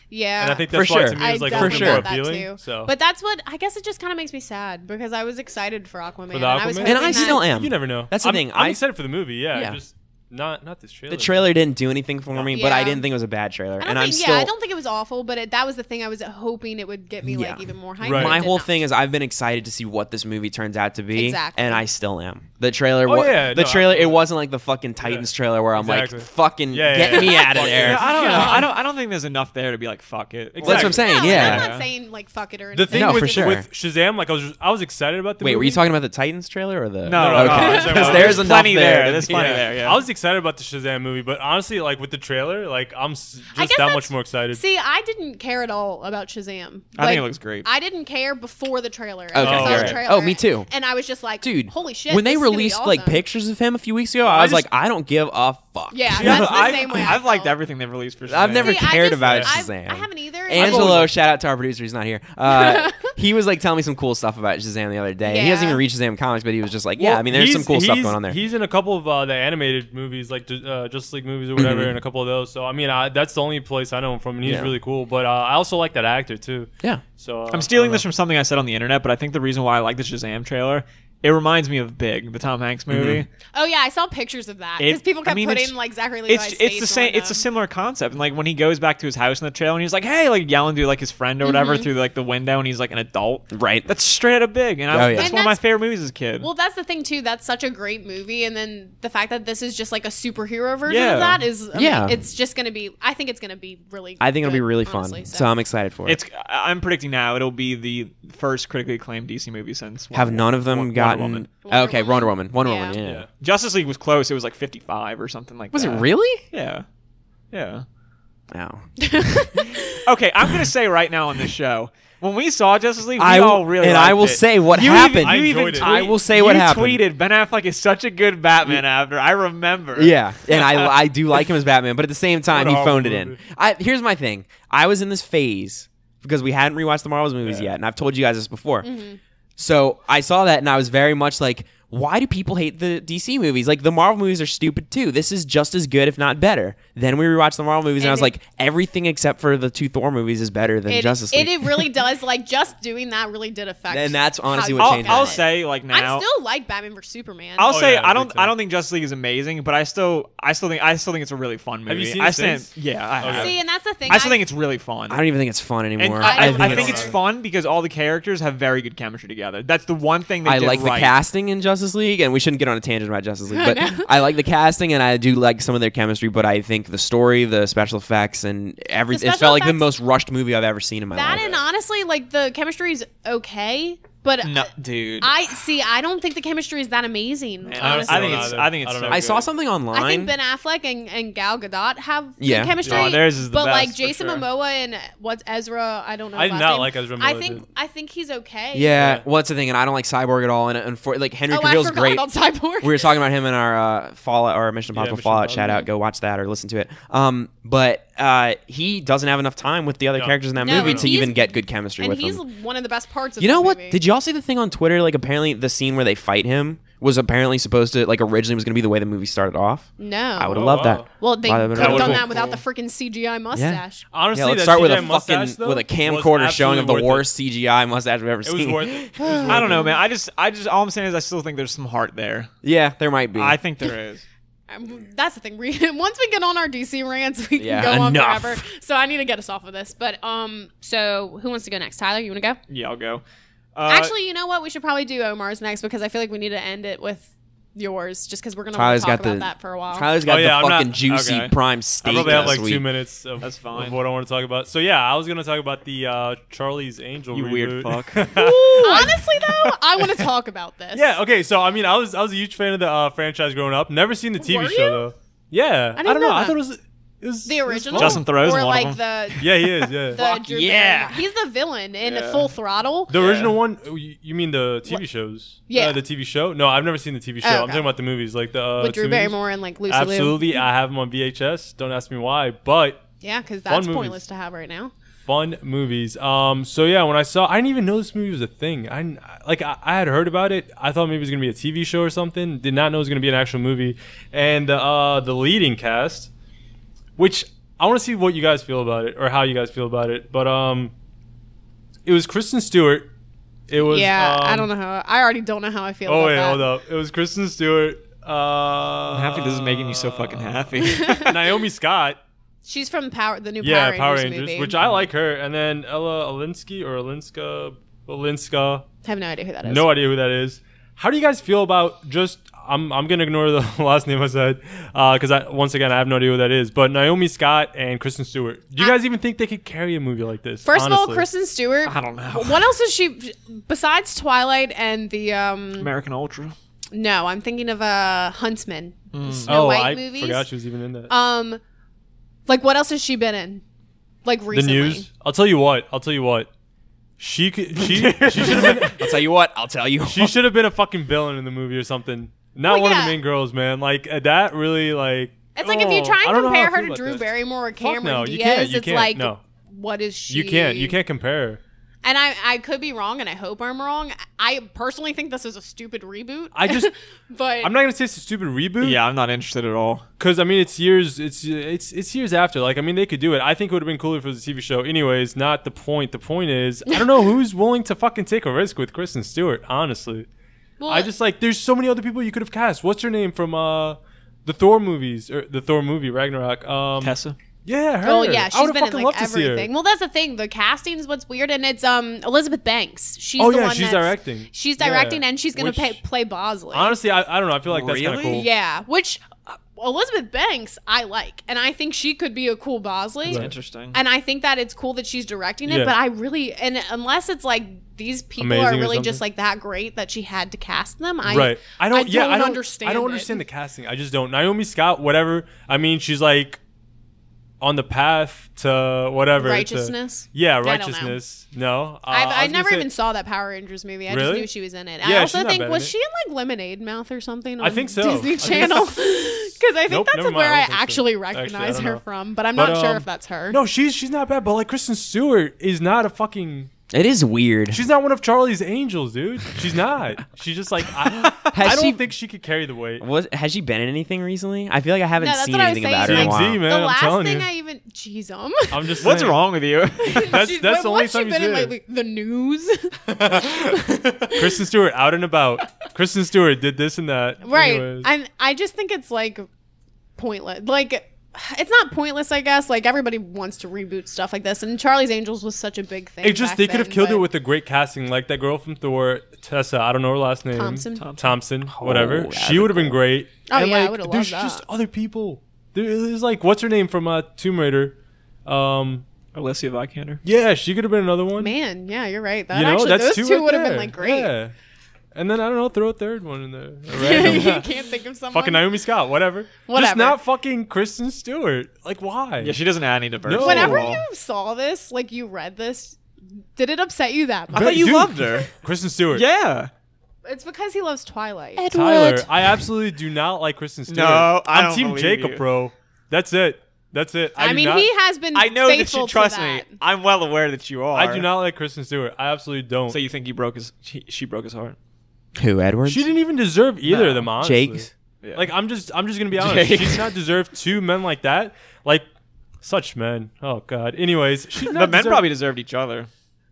B: Yeah,
D: and I think
C: For
D: that's why
C: sure.
D: to me it was like a
B: definitely
D: little bit more
C: For
B: thought that
D: appealing.
B: too.
D: So,
B: but that's what I guess it just kind of makes me sad because I was excited for Aquaman.
D: For
B: and
D: the
B: I was
D: Aquaman?
B: hoping
C: And I
B: that-
C: still am.
D: you never know.
C: That's the
D: I'm-
C: thing.
D: I'm
C: I-
D: excited for the movie. Yeah,
C: Yeah.
D: just not not this trailer.
C: The trailer didn't do anything for me, but
B: Yeah.
C: I didn't think it was a bad trailer.
B: I don't
C: And I'm
B: think,
C: still
B: yeah, I don't think it was awful, but it, that was the thing I was hoping it would get me like
C: Yeah.
B: even more hyped.
D: Right.
B: but it
C: my
B: did
C: whole
B: not.
C: thing is I've been excited to see what this movie turns out to be,
B: Exactly.
C: and I still am. The trailer,
D: Oh,
C: wa-
D: yeah,
C: the
D: no,
C: trailer, it
D: absolutely.
C: wasn't like the fucking Titans trailer where I'm
D: Exactly.
C: like, fucking
D: Yeah, yeah,
C: get
D: yeah.
C: me out of
E: Yeah,
C: there.
E: I don't know.
D: Yeah.
E: I don't. I don't think there's enough there to be like fuck it.
D: Exactly.
C: Well, That's what I'm saying.
B: No,
C: yeah.
B: I'm not saying like fuck it or
D: the
B: anything.
D: thing
C: No,
D: with,
C: for sure.
D: with Shazam, like I was, I was excited about the.
C: Wait,
D: movie.
C: were you talking about the Titans trailer or the?
E: No,
D: no, no,
C: okay.
D: no.
C: Because there's
E: There's
C: enough
E: plenty
C: there.
E: there.
C: to
E: There's
C: be-
E: plenty there, yeah.
D: I was excited about the Shazam movie, but honestly, like with the trailer, like I'm s-
B: I guess
D: just that
B: that's-
D: much more excited.
B: See, I didn't care at all about Shazam.
E: I think it looks great.
B: I didn't care before the trailer. Okay.
C: Okay,
B: I saw
D: you're
B: the
D: right.
B: trailer,
C: Oh, me too.
B: And I was just like,
C: Dude,
B: holy shit!
C: When they
B: this is gonna be
C: released
B: awesome.
C: like pictures of him a few weeks ago,
D: I
C: I was
D: just-
C: like, I don't give a fuck.
B: Yeah,
E: Yeah,
B: that's the
E: I've,
B: same way. I
E: I've liked
B: felt.
E: everything they've released for.
C: I've
E: Shazam.
C: never
B: See, I
C: cared
B: just-
C: about
B: I've-
C: Shazam.
B: I haven't either.
C: Angelo, shout out to our producer. He's not here. Uh, he was like telling me some cool stuff about Shazam the other day. He hasn't
B: Yeah.
C: even read Shazam comics, but he was just like, yeah,
D: Well,
C: I mean, there's some
D: he's-
C: cool stuff
D: he's-
C: going on there.
D: He's in a couple of uh, the animated movies, like uh, Justice League movies or whatever, and a couple of those. So I mean, I, that's the only place I know him from, and he's
C: Mm-hmm. Yeah.
D: really cool. But uh, I also like that actor too.
C: Yeah.
D: So uh,
E: I'm stealing this from something I said on the internet, but I think the reason why I like the Shazam trailer, it reminds me of Big, the Tom Hanks
C: Mm-hmm.
E: movie.
B: Oh yeah, I saw pictures of that
E: It-
B: because people
E: I
B: kept
E: mean, it's-
B: putting like Zachary Levi's
E: It's
B: face
E: it's the same.
B: on
E: It's a
B: them.
E: similar concept. And like when he goes back to his house in the trailer, and he's like, "Hey," like yelling to like his friend or whatever
B: Mm-hmm.
E: through like the window, and he's like an adult.
C: Right.
E: That's straight out of Big, and I,
C: Oh, yeah.
E: that's
B: And
E: one of my
B: that's-
E: favorite movies as a kid.
B: Well, that's the thing too. That's such a great movie, and then the fact that this is just like a superhero version
E: Yeah.
B: of that is, I mean,
C: Yeah.
B: it's just gonna be. I think it's gonna be really.
C: I think it'll be
B: good,
C: really
B: honestly,
C: fun. So I'm excited for it.
E: it's I- I'm predicting now it'll be the first critically acclaimed DC movie since
C: Have none of them
E: Wonder
C: gotten.
E: Woman.
B: Wonder
C: okay,
B: Woman.
C: Wonder Woman. Wonder
B: Yeah.
C: Woman, yeah.
D: Yeah.
E: Justice League was close. It was like 55 or something like
C: Was
E: that.
C: it really?
E: Yeah, yeah.
C: No.
E: Okay, I'm gonna say right now on this show, when we saw Justice League, we
C: I
E: all really
C: and I
E: liked
C: will
E: it.
C: say what
E: You
C: happened.
E: Even, you
D: I
E: even
D: enjoyed it.
E: tweet-
C: I will say what
E: you
C: happened.
E: tweeted Ben Affleck is such a good Batman. After I remember,
C: Yeah, and I I do like him as Batman, but at the same time,
D: What
C: he
D: a
C: phoned it
D: horrible
C: in.
D: movie.
C: I, here's my thing: I was in this phase because we hadn't rewatched the Marvels movies yet, and I've told you guys this before.
B: Mm-hmm.
C: So I saw that, and I was very much like, "Why do people hate the DC movies? Like the Marvel movies are stupid too. This is just as good, if not better." Then we rewatched the Marvel movies, and, I
B: And
C: was
B: it-
C: like, "Everything except for the two Thor movies is better than
B: it,
C: Justice
B: it,
C: League."
B: it really does. Like just doing that really did affect.
C: And that's honestly
B: how
C: what
B: you
E: I'll,
C: changed
B: felt
E: I'll
B: it.
E: say like now.
B: I still like Batman vs Superman.
E: I'll
D: Oh,
E: say
D: yeah,
E: I
D: me
E: don't
D: too.
E: I don't think Justice League is amazing, but I still I still think I still think it's a really fun movie.
D: Have you seen
E: I
D: it
E: stand,
D: since?
E: Yeah, I,
D: Okay.
E: have.
B: see, and that's the thing.
E: I still think it's really fun.
C: I don't even think it's fun
E: and
C: anymore.
E: I, I, think
D: it's
E: it's
D: fun.
E: fun because all the characters have very good chemistry together. That's the one thing they
C: I
E: did
C: like
E: right.
C: the casting in Justice League, and we shouldn't get on a tangent about Justice League, but I like the casting, and I do like some of their chemistry. But I think the story, the special effects, and every
B: The
C: it
B: special
C: felt like the
B: effects-
C: most rushed movie I've ever seen in my
B: that,
C: life.
B: and uh, honestly, like the chemistry is okay, but
E: No, dude.
B: I see. I don't think the chemistry is that amazing.
E: I
B: honestly.
E: think it's- I think it's so
D: don't know.
E: good.
C: I saw something online.
B: I think Ben Affleck and, and Gal Gadot have
C: Yeah.
B: good chemistry.
E: Oh, theirs is the
B: but
E: best,
B: like
E: for
B: Jason
E: sure.
B: Momoa and what's Ezra? I don't know.
D: I
B: his
D: did
B: last
D: not
B: name.
D: like Ezra
B: I
D: Miller,
B: think
D: dude.
B: I think he's okay.
C: yeah,
D: Yeah.
C: what's the thing? And I don't like Cyborg at all. And, and for, like Henry
B: Oh, I
C: Cavill's
B: forgot
C: great.
B: about Cyborg.
C: we were talking about him in our uh, Fallout or Mission Impossible
D: Mission
C: Fallout
D: Impossible.
C: shout out. Go watch that or listen to it. Um, but uh, he doesn't have enough time with the other
D: No.
C: characters in that
B: No,
C: movie
B: and
C: to
B: he's-
C: even get good chemistry
B: and
C: with
B: he's
C: them.
B: one of the best parts. of
C: You know
B: this
C: what?
B: movie.
C: Did y'all see the thing on Twitter? Like, apparently, the scene where they fight him was apparently supposed to, like, originally was going to be the way the movie started off.
B: No.
C: I would have
D: Oh,
C: loved
D: wow.
C: that.
B: Well, they
C: Wow,
B: could have
C: that'd been "Oh." really
B: done
C: cool.
B: that without the freaking CGI mustache.
D: Honestly,
C: Yeah, let's
D: that
C: start with a
D: CGI mustache,
C: fucking
D: though,
C: with a
D: was
C: camcorder showing of the
D: absolutely worth
C: worst CGI mustache we've ever
D: It, it was
C: seen.
D: worth it.
E: I don't know, man. I just I just all I'm saying is I still think there's some heart there.
C: Yeah, there might be.
E: I think there is.
B: Um, That's the thing. We, once we get on our DC rants, we
C: Yeah,
B: can go
C: enough.
B: on forever. So I need to get us off of this. But um, so who wants to go next? Tyler, you want to go?
E: Yeah, I'll go. Uh,
B: Actually, you know what? We should probably do Omar's next because I feel like we need to end it with yours, just because we're gonna wanna
C: Tyler's
B: talk
C: got
B: about
C: the
B: that for a while.
C: Tyler's got
D: Oh, yeah, I'm
C: the
D: not-
C: fucking juicy
E: okay.
C: prime
D: I
C: steak.
D: probably have
C: last
D: like
C: week.
D: two minutes of,
E: That's fine.
D: of what I want to talk about. So yeah, I was gonna talk about the uh, Charlie's Angel.
E: You weird
D: reboot.
E: fuck.
B: Honestly, though, I want to talk about this.
D: yeah. Okay. So I mean, I was I was a huge fan of the uh, franchise growing up. Never seen the TV
B: Were
D: show
B: you?
D: though. Yeah.
B: I didn't
D: don't
B: know
D: know. I
B: that.
D: thought it was it was
B: the
D: it was
B: original.
D: fun.
E: Justin Thoreau's
B: or
E: one of
B: like
E: them.
B: the
D: Yeah, he is. Yeah.
B: the
E: Fuck
B: Drew
E: yeah.
B: Barrymore. he's the villain in
E: Yeah.
B: Full Throttle.
D: The
E: Yeah.
D: original one, oh, you you mean the TV shows?
B: Yeah. Oh,
D: Uh, the TV show? No, I've never seen the TV show. I'm
B: okay.
D: talking about the movies, like the uh,
B: with Drew
D: two movies.
B: Barrymore and like Lucy Liu.
D: Absolutely, I have them on VHS. Don't ask me why, but
B: Yeah, because
D: Fun
B: that's
D: movies.
B: pointless to have right now.
D: fun movies. Um, so yeah, when I saw, I didn't even know this movie was a thing. I didn't- like, I, I had heard about it. I thought maybe it was gonna be a TV show or something. Did not know it was gonna be an actual movie. And uh, the leading cast, which I want to see what you guys feel about it or how you guys feel about it. But um, it was Kristen Stewart. It was
B: yeah, I
D: um,
B: don't know how. I already don't know how I feel.
D: Oh
B: about
D: wait,
B: that.
D: hold up. It was Kristen Stewart. Uh,
E: I'm happy this is making you so fucking happy.
D: Naomi Scott.
B: She's from Power, the new
D: Yeah,
B: Power,
D: Power
B: Rangers,
D: Rangers,
B: movie.
D: which I like her. And then Ella Alinsky or Alinska, Alinska.
B: have no idea who that is.
D: No idea who that is. How do you guys feel about just? I'm I'm gonna ignore the last name I said because I once again I have no idea who that is. But Naomi Scott and Kristen Stewart. Do you
B: I-
D: guys even think they could carry a movie like this?
B: Uh, First of all,
D: honestly?
B: Kristen Stewart.
E: I don't know.
B: What else is she besides Twilight and the um?
E: American Ultra.
B: No, I'm thinking of uh, Huntsman, the Snow
D: Oh,
B: White
D: I
B: movies.
D: forgot she was even in that.
B: Um, like what else has she been in? Like
D: the
B: recently.
D: news. I'll tell you what. I'll tell you what. She could. She she should have been.
C: I'll tell you what. I'll tell you.
D: She should have been a fucking villain in the movie or something. Not
B: Well,
D: one of
B: yeah.
D: the main girls, man. Like uh, that really like.
B: It's like if you
D: oh,
B: try
D: I
B: and
D: don't know how
B: compare
D: I
B: her
D: feel
B: to
D: about
B: Drew
D: this.
B: Barrymore or Cameron
D: no, you
B: Diaz,
D: can't, you
B: it's
D: can't,
B: like
D: no.
B: what is she?
D: You can't. You can't compare.
B: And I, I could be wrong, and I hope I'm wrong. I personally think this is a stupid reboot.
D: I just.
B: but
D: I'm not gonna say it's a stupid reboot.
E: Yeah, I'm not interested at all.
D: Because I mean, it's years. It's it's it's years after. Like I mean, they could do it. I think it would have been cooler for the TV show. Anyways, not the point. The point is, I don't know who's willing to fucking take a risk with Kristen Stewart. Honestly,
B: well,
D: I just like there's so many other people you could have cast. What's her name from uh the Thor movies or the Thor movie Ragnarok? Um,
E: Tessa.
D: Yeah, her.
B: Oh yeah,
D: I
B: she's
D: would've
B: been in
D: fucking
B: like
D: loved to see her.
B: everything. Well, that's the thing. The casting's what's weird, and it's um Elizabeth Banks. She's
D: Oh,
B: the
D: yeah,
B: one
D: she's
B: that's-
D: directing.
B: She's
D: Yeah.
B: directing, and she's gonna
D: Which-
B: pay, play Bosley.
D: Honestly, I, I don't know. I feel like that's kind of
E: Really?
D: cool.
B: yeah, which uh, Elizabeth Banks I like, and I think she could be a cool Bosley.
D: Right.
E: Interesting.
B: And I think that it's cool that she's directing it,
D: Yeah.
B: but I really and unless it's like these people
D: Amazing
B: are
D: or
B: really just
D: something.
B: like that great that she had to cast them. I,
D: right. I don't. yeah, I don't
B: understand.
D: I don't
B: it.
D: understand the casting. I just don't. Naomi Scott, whatever. I mean, she's like on the path to whatever to-
B: Righteousness?
D: yeah,
B: don't know.
D: righteousness. No, uh,
B: I've,
D: was
B: I,
D: gonna
B: never
D: say-
B: even saw that Power Rangers movie. I just
D: Really?
B: knew she was in it. I
D: Yeah,
B: also
D: she's not
B: think
D: bad in
B: was
D: it.
B: she in like Lemonade Mouth or something? On
D: think so. I
B: Disney
D: think-
B: Channel. Because I think
D: Nope,
B: that's
D: never mind.
B: where
D: I
B: I
D: don't think so.
B: actually
D: Actually, I
B: recognize
D: don't
B: her
D: know.
B: from, but I'm
D: But,
B: not sure
D: um,
B: if that's her.
D: No, she's she's not bad, but like Kristen Stewart is not a fucking.
C: It is weird.
D: She's not one of Charlie's angels, dude. She's not. She's just like I,
C: Has
D: I don't
C: she-
D: think she could carry the weight.
C: Was has she been in anything recently? I feel like I haven't
B: No, that's
C: seen
B: what I was
C: anything about her
B: saying,
C: in a
B: like,
C: while.
D: TMZ, man.
B: the
D: I'm
B: last
D: telling
B: thing
D: you.
B: I even, jeez, um,
D: I'm just.
E: What's
D: saying.
E: wrong with you?
D: That's
B: She's-
D: that's the
B: what-
D: only
B: what's she
D: time you
B: been
D: see
B: in
D: her.
B: lately? The news,
D: Kristen Stewart out and about. Kristen Stewart did this and that.
B: right?
D: Anyways.
B: I'm. I just think it's like pointless. Like. It's not pointless, I guess. Like everybody wants to reboot stuff like this, and Charlie's Angels was such a big thing.
D: It just
B: back
D: they could have
B: then,
D: killed it
B: but-
D: with a great casting, like that girl from Thor, Tessa. I don't know her last name.
B: Thompson.
D: Thompson,
B: Thompson.
D: whatever.
C: that'd
D: she
C: be
D: would have been great.
B: Oh, yeah, I
D: like,
B: would've loved
D: There's
B: that.
D: just other people. There- There's like what's her name from uh, Tomb Raider. Um,
E: Alessia Vikander.
D: yeah, she could have been another one.
B: Man, yeah, you're right. That
D: you know,
B: actually,
D: that's
B: those
D: two,
B: two,
D: right
B: would have
D: there.
B: been like great.
D: Yeah. And then I don't know, throw a third one in there. A
B: you
D: random-
B: can't think of someone.
D: fucking Naomi Scott, whatever.
B: Whatever.
D: Just not fucking Kristen Stewart. Like why?
E: Yeah, she doesn't add any diversity.
D: No.
B: Whenever
D: Oh.
B: you saw this, like you read this, did it upset you that much?
D: But
E: you loved her.
D: Kristen Stewart.
E: Yeah.
B: It's because he loves Twilight.
D: Tyler, I absolutely do not like Kristen Stewart.
E: No, I
D: am
E: don't
D: Team
E: believe
D: Jacob,
E: you.
D: bro. That's it. That's it. I,
B: I,
D: do
B: mean,
D: not,
B: he has been.
E: I know that
B: faithful
E: you
B: to
E: trust me.
B: that.
E: I'm well aware that you are.
D: I do not like Kristen Stewart. I absolutely don't.
E: So you think you broke his? She, she broke his heart.
C: Who Edwards?
D: she didn't even deserve either of them, honestly.
C: Jake's.
E: Yeah.
D: Like I'm just, I'm just gonna be honest. She
E: Jake.
D: did not deserve two men like that. Like such men. Oh God. Anyways, she did
E: the
D: not
E: men
D: deserve-
E: probably deserved each other.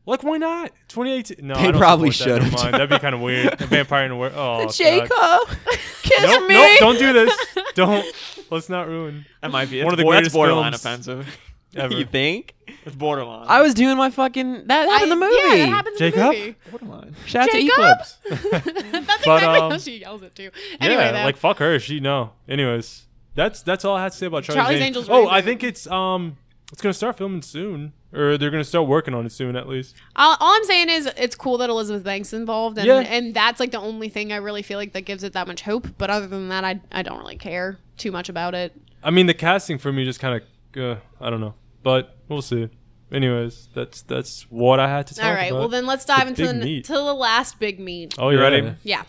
D: Like why not? 2018. No,
C: They
D: I don't
C: probably
D: support that. Never
C: should've.
D: mind. That'd be kind of weird. A vampire in the world. Oh, God.
B: kiss
D: Nope, nope. Don't do this. Don't. Let's not ruin
E: That might be
D: One
E: it's
D: of the
E: bo- that's
D: greatest
E: borderline
D: films.
E: offensive.
D: ever.
C: You think?
E: It's borderline.
C: I was doing my fucking that happened in the
B: Yeah,
C: movie. E
B: that happened in
D: Jacob?
B: the movie.
E: borderline.
C: Shout out to
B: Jacob?
C: Eclipse.
B: That's
D: But,
B: exactly
D: um,
B: how she yells it too.
D: Yeah,
B: Anyway, though,
D: like fuck her. She no. Anyways, that's that's all I had to say about Charlie's,
B: Charlie's Angels
D: Angels.
B: really
D: oh, I
B: good.
D: think it's um, it's gonna start filming soon, or they're gonna start working on it soon at least.
B: all, all I'm saying is it's cool that Elizabeth Banks involved, and
D: Yeah.
B: and that's like the only thing I really feel like that gives it that much hope. But other than that, I I don't really care too much about it.
D: I mean, the casting for me just kind of, uh, I don't know, but we'll see. Anyways, that's that's what I had to talk
B: All right,
D: about.
B: well then let's dive into
D: big
B: the,
D: meat.
B: to the last big meat.
D: oh,
E: You
D: you
E: ready?
D: ready?
B: Yeah.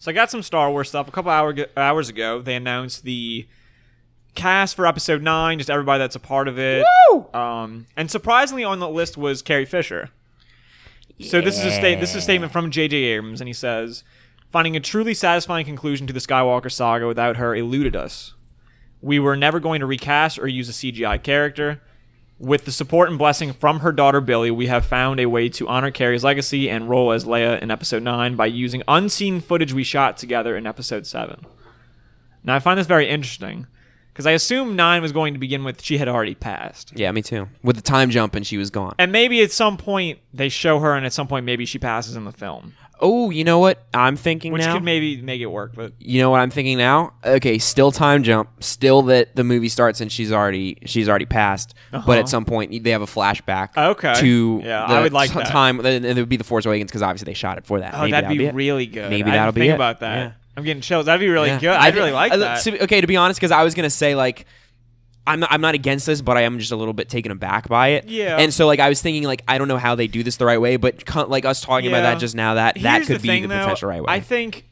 E: So I got some Star Wars stuff. A couple hour ago, hours ago, they announced the cast for Episode Nine. Just everybody that's a part of it. Woo! Um, and surprisingly, on the list was Carrie Fisher. So this is a state. This is a statement from J.J. Abrams, and he says, "Finding a truly satisfying conclusion to the Skywalker saga without her eluded us. We were never going to recast or use a CGI character." With the support and blessing from her daughter Billy, we have found a way to honor Carrie's legacy and role as Leia in episode 9 by using unseen footage we shot together in episode 7. Now, I find this very interesting because I assume 9 was going to begin with she had already passed.
C: Yeah, me too. With the time jump and she was gone.
E: And maybe at some point they show her, and at some point maybe she passes in the film,
C: Oh, you know what I'm thinking
E: which
C: now?
E: could maybe make it work. But
C: you know what I'm thinking now? Okay, still time jump, still that the movie starts and she's already she's already passed, but at some point they have a flashback.
E: Uh-huh. Okay.
C: to
E: Yeah,
C: the
E: I would like
C: t-
E: that.
C: time. And it would be the Force Awakens because obviously they shot it for that.
E: oh,
C: Maybe
E: that'd
C: that'll
E: be,
C: it.
E: really good.
C: Maybe
E: I didn't
C: that'll be
E: think
C: it.
E: about that.
C: Yeah.
E: I'm getting chills. That'd be really good.
C: Yeah.
E: I'd
C: I-
E: really like
C: I-
E: that.
C: to be- okay, to be honest, because I was gonna say like. I'm not, I'm not against this, but I am just a little bit taken aback by it.
E: Yeah.
C: And so, like, I was thinking, like, I don't know how they do this the right way, but con- like us talking about
E: Yeah.
C: that just now, that that
E: Here's
C: could
E: the
C: be
E: thing,
C: the
E: though.
C: potential right way.
E: I think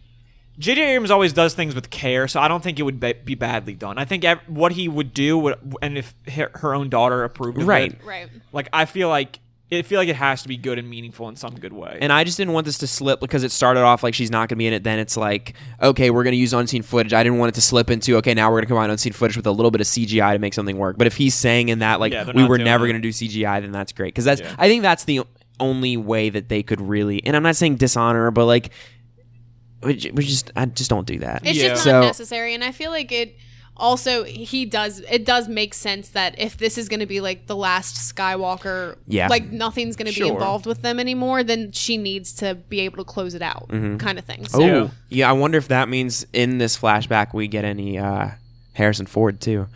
E: J.J. Abrams always does things with care, so I don't think it would be, be badly done. I think ev- what he would do, would, and if her, her own daughter approved, of
C: Right.
E: it,
B: Right.
E: Like I feel like I feel like it has to be good and meaningful in some good way.
C: and I just didn't want this to slip because it started off like she's not going to be in it. Then it's like, okay, we're going to use unseen footage. I didn't want it to slip into, okay, now we're going to combine unseen footage with a little bit of CGI to make something work. But if he's saying in that, like,
E: Yeah, they're
C: we
E: not
C: were
E: doing
C: never
E: that.
C: going to do CGI, then that's great. Because that's,
E: Yeah.
C: I think that's the only way that they could really, and I'm not saying dishonor, but like, we ju- we just, I just don't do that.
B: It's
E: Yeah.
B: just
C: So-
B: not necessary, and I feel like it. Also, he does. It does make sense that if this is going to be like the last Skywalker,
C: Yeah.
B: like nothing's going to
E: Sure.
B: be involved with them anymore, then she needs to be able to close it out, kind of thing. So,
C: Oh, yeah. I wonder if that means in this flashback we get any uh, Harrison Ford too.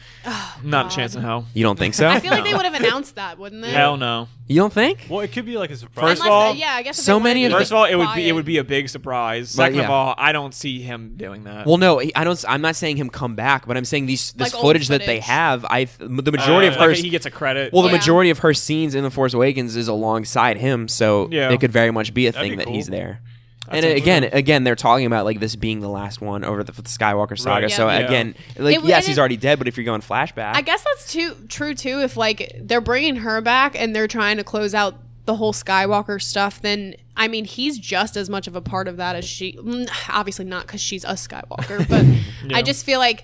E: Not a chance in hell.
C: You don't think so?
B: I feel like they would have announced that, wouldn't they?
E: Hell no.
C: you don't think?
D: Well, it could be like a surprise.
E: First
B: Unless,
E: of all-
B: uh, yeah, I guess if
C: so
B: they wanted
C: many
B: to
C: of
B: be
E: First of all, it would be it
B: quiet.
E: would be a big surprise.
C: Right,
E: Second
C: yeah.
E: of all, I don't see him doing that.
C: Well, no, I don't. I'm not saying him come back, but I'm saying these this
B: Like old
C: footage, that they
B: footage. Oh,
C: have. I the
E: Uh,
C: majority of
E: like,
C: her.
E: he gets a credit.
C: well, the
B: Yeah.
C: majority of her scenes in The Force Awakens is alongside him, so
E: Yeah.
C: it could very much be a
D: That'd
C: thing
D: be
C: that he's
D: cool.
C: there.
E: That's
C: and
E: awesome.
C: again, again, they're talking about like this being the last one over the, the Skywalker saga.
B: Yeah.
C: So
E: Yeah.
C: again, like
B: It-
C: yes,
B: and
C: he's
B: it-
C: already dead, but if you're going flashback,
B: I guess that's too true too. If like they're bringing her back and they're trying to close out the whole Skywalker stuff, then I mean he's just as much of a part of that as she. mm, Obviously not because she's a Skywalker, but I just feel like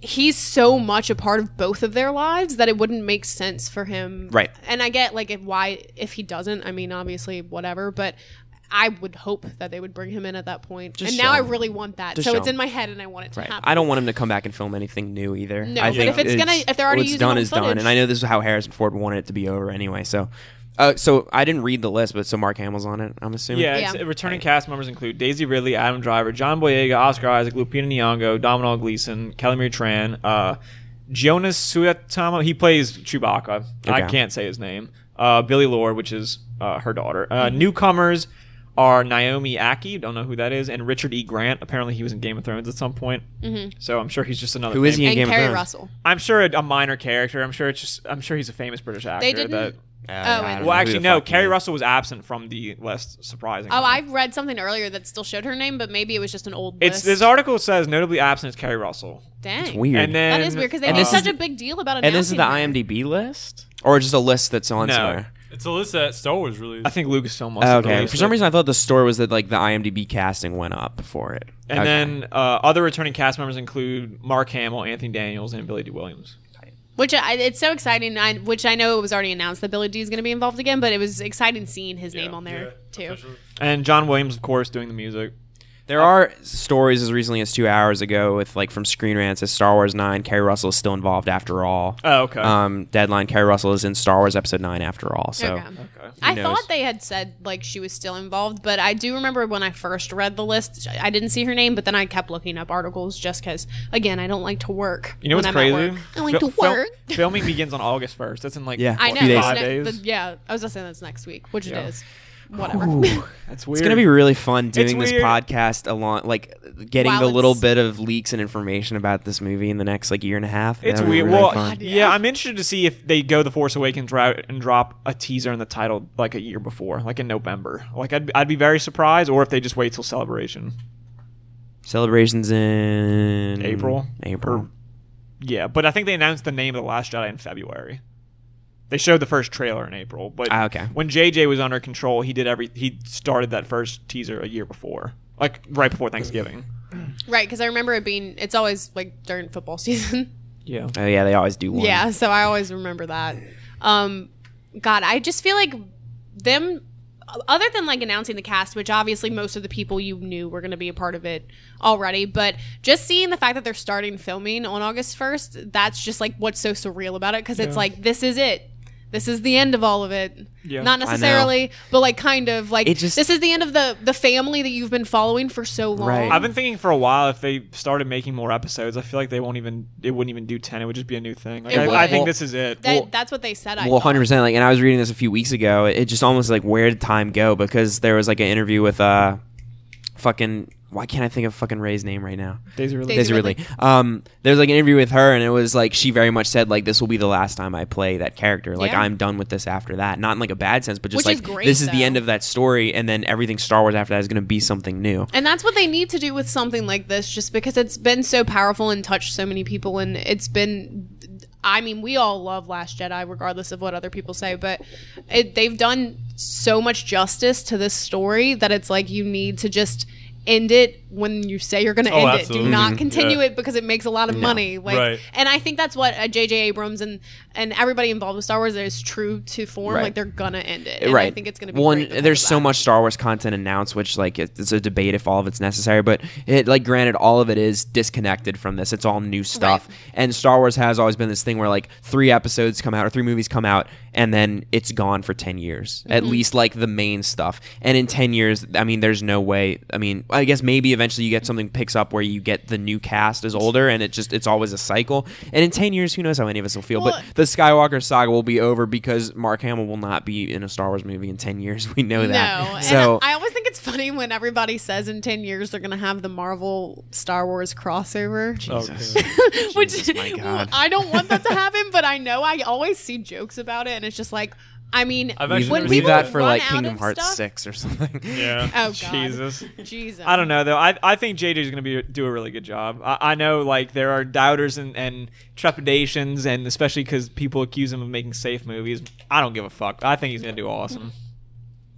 B: he's so much a part of both of their lives that it wouldn't make sense for him.
C: Right.
B: And I get like if why if he doesn't. I mean obviously whatever, but. I would hope that they would bring him in at that point.
C: Just
B: and now
C: show
B: I
C: him.
B: really want that.
C: Just
B: so
C: show
B: it's in
C: him.
B: my head and I want it to
C: Right.
B: happen.
C: I don't want him to come back and film anything new either.
B: No,
C: I
B: but if it's gonna- if they're already
C: what's
B: using old
C: done is done,
B: footage-
C: and I know this is how Harrison Ford wanted it to be over anyway. So, uh, so I didn't read the list, but so Mark Hamill's on it. I'm assuming.
E: yeah, it's-
B: Yeah.
E: returning cast members include Daisy Ridley, Adam Driver, John Boyega, Oscar Isaac, Lupita Nyong'o, Domhnall Gleeson, Calamir Tran, uh, Jonas Suetamo. He plays Chewbacca. I
C: Okay.
E: can't say his name. Uh, Billy Lord, which is uh, her daughter. Uh, Newcomers are Naomi Aki. Don't know who that is, and Richard E. Grant. Apparently, he was in Game of Thrones at some point.
B: Mm-hmm.
E: So I'm sure he's just another.
C: Who is
E: famous-
C: he in
B: and
C: Game of
B: Carrie
C: Thrones?
B: Russell.
E: I'm sure a, a minor character. I'm sure it's just. I'm sure he's a famous British actor.
B: They didn't.
C: Uh,
E: But,
B: Oh,
C: I don't
B: and-
C: know
E: well,
C: who
E: actually,
C: the
E: no.
C: fuck he
E: Carrie
C: is.
E: Russell was absing from the list. Surprising.
B: Oh, I read something earlier that still showed her name, but maybe it was just an old
E: It's
B: list.
E: this article says notably absent is Carrie Russell,
B: Dang.
C: It's weird.
E: and then
B: That is weird because they
C: And
B: made
C: this is
B: such
C: the-
B: a big deal about it.
C: and this is the IMDb list, or just a list that's on
E: No.
C: somewhere.
D: It's a list that Star Wars released.
E: I think Lucasfilm. must
C: Oh,
E: have
C: okay.
E: released
C: For some
E: it.
C: reason, I thought the story was that like the IMDb casting went up for it.
E: And
C: Okay.
E: then uh, other returning cast members include Mark Hamill, Anthony Daniels, and Billy D. Williams.
B: Which I, it's so exciting. I, which I know it was already announced that Billy D is going to be involved again, but it was exciting seeing his name on there too.
E: And John Williams, of course, doing the music.
C: There are stories as recently as two hours ago with like from Screen Rant says Star Wars Nine. Carrie Russell is still involved after all.
E: Oh, okay.
C: Um, Deadline. Carrie Russell is in Star Wars Episode Nine after all. So
B: Okay. I
C: knows?
B: thought they had said like she was still involved, but I do remember when I first read the list, I didn't see her name, but then I kept looking up articles just because, again, I don't like to work.
E: You know
B: when I'm
E: what's
B: at
E: crazy?
B: work. I like
E: Fil-
B: to work.
E: fil- filming begins on August first. That's in like
C: Yeah.
B: I
E: what,
B: know.
C: few days.
B: it's
E: five
B: ne-
E: days.
B: but yeah, I was just saying that's next week, which
E: Yeah.
B: it is. Whatever.
E: That's weird.
C: it's gonna be really fun doing this
E: weird.
C: podcast along, like getting
B: While
C: the little
B: it's-
C: bit of leaks and information about this movie in the next like year and a half.
E: It's
C: That'd be
E: weird.
C: really
E: well,
C: fun.
E: yeah, I'm interested to see if they go the Force Awakens route and drop a teaser in the title like a year before, like in November. Like I'd, I'd be very surprised, or if they just wait till Celebration.
C: celebrations in
E: April?
C: April.
E: Yeah, but I think they announced the name of the Last Jedi in February. They showed the first trailer in April, but
C: Ah, okay.
E: when JJ was under control, he did every he started that first teaser a year before, like right before Thanksgiving.
B: Right, because I remember it being. It's always like during football season.
E: Yeah,
C: Oh yeah, they always do one.
B: yeah, so I always remember that. Um, God, I just feel like them. Other than like announcing the cast, which obviously most of the people you knew were going to be a part of it already, but just seeing the fact that they're starting filming on August first, that's just like what's so surreal about it because it's like this is it. This is the end of all of it.
E: Yeah.
B: Not
E: I know.
B: necessarily, but like kind of like
C: It just-
B: this is the end of the the family that you've been following for so long.
C: Right.
E: I've been thinking for a while if they started making more episodes, I feel like they won't even it wouldn't even do ten. It would just be a new thing. Like,
B: It
E: I, I
B: would.
E: think this is it.
B: That, that's what they said. I
C: Well,
B: thought.
C: hundred percent. Like, and I was reading this a few weeks ago. It just almost like where did time go? Because there was like an interview with uh, fucking why can't I think of fucking Ray's name right now?
E: Daisy Ridley.
B: Daisy
C: Daisy Ridley. Um, there was like an interview with her, and it was like she very much said like this will be the last time I play that character. Like
B: Yeah.
C: I'm done with this after that. Not in like a bad sense, but just
B: Which
C: like
B: is great,
C: this is the
B: though.
C: end of that story, and then everything Star Wars after that is going to be something new.
B: And that's what they need to do with something like this, just because it's been so powerful and touched so many people. And it's been, I mean, we all love Last Jedi, regardless of what other people say, but it, they've done so much justice to this story that it's like you need to just end it when you say you're going to
D: Oh,
B: end it.
D: absolutely.
B: Do not
D: Mhm.
B: continue
D: Yeah.
B: it because it makes a lot of money. Like,
D: Right.
B: and I think that's what uh, J.J. Abrams and and everybody involved with Star Wars is true to form.
C: Right.
B: Like they're gonna end it. And
C: right.
B: I think it's gonna be
C: one.
B: great because
C: There's
B: of
C: so
B: that.
C: much Star Wars content announced, which like it- it's a debate if all of it's necessary. But it like granted, all of it is disconnected from this. It's all new stuff. And Star Wars has always been this thing where like three episodes come out or three movies come out, and then it's gone
B: Mm-hmm.
C: for ten years at least, like the main stuff. And in ten years, I mean, there's no way. I mean, I- I guess maybe eventually you get something picks up where you get the new cast is older, and it just it's always a cycle. And in ten years, who knows how many of us will feel?
B: Well-
C: but the Skywalker saga will be over because Mark Hamill will not be in a Star Wars movie in ten years. We know that.
B: No.
C: so
B: and I always think it's funny when everybody says in 10 years they're going to have the Marvel Star Wars crossover.
C: Oh, Jesus.
B: Which
C: my God.
B: I don't want that to happen, but I know I always see jokes about it and it's just like I mean,
D: I've
C: leave,
D: actually
B: when
D: never
C: leave
B: people
C: that for
B: run
C: like
B: out
C: Kingdom
B: of
C: Hearts
B: stuff-
C: six or something.
E: Yeah.
B: Oh, God.
E: Jesus.
B: Jesus.
E: I don't know though. I I think JJ's gonna be do a really good job. I, I know like there are doubters and, and trepidations, and especially because people accuse him of making safe movies. I don't give a fuck. I think he's gonna do awesome.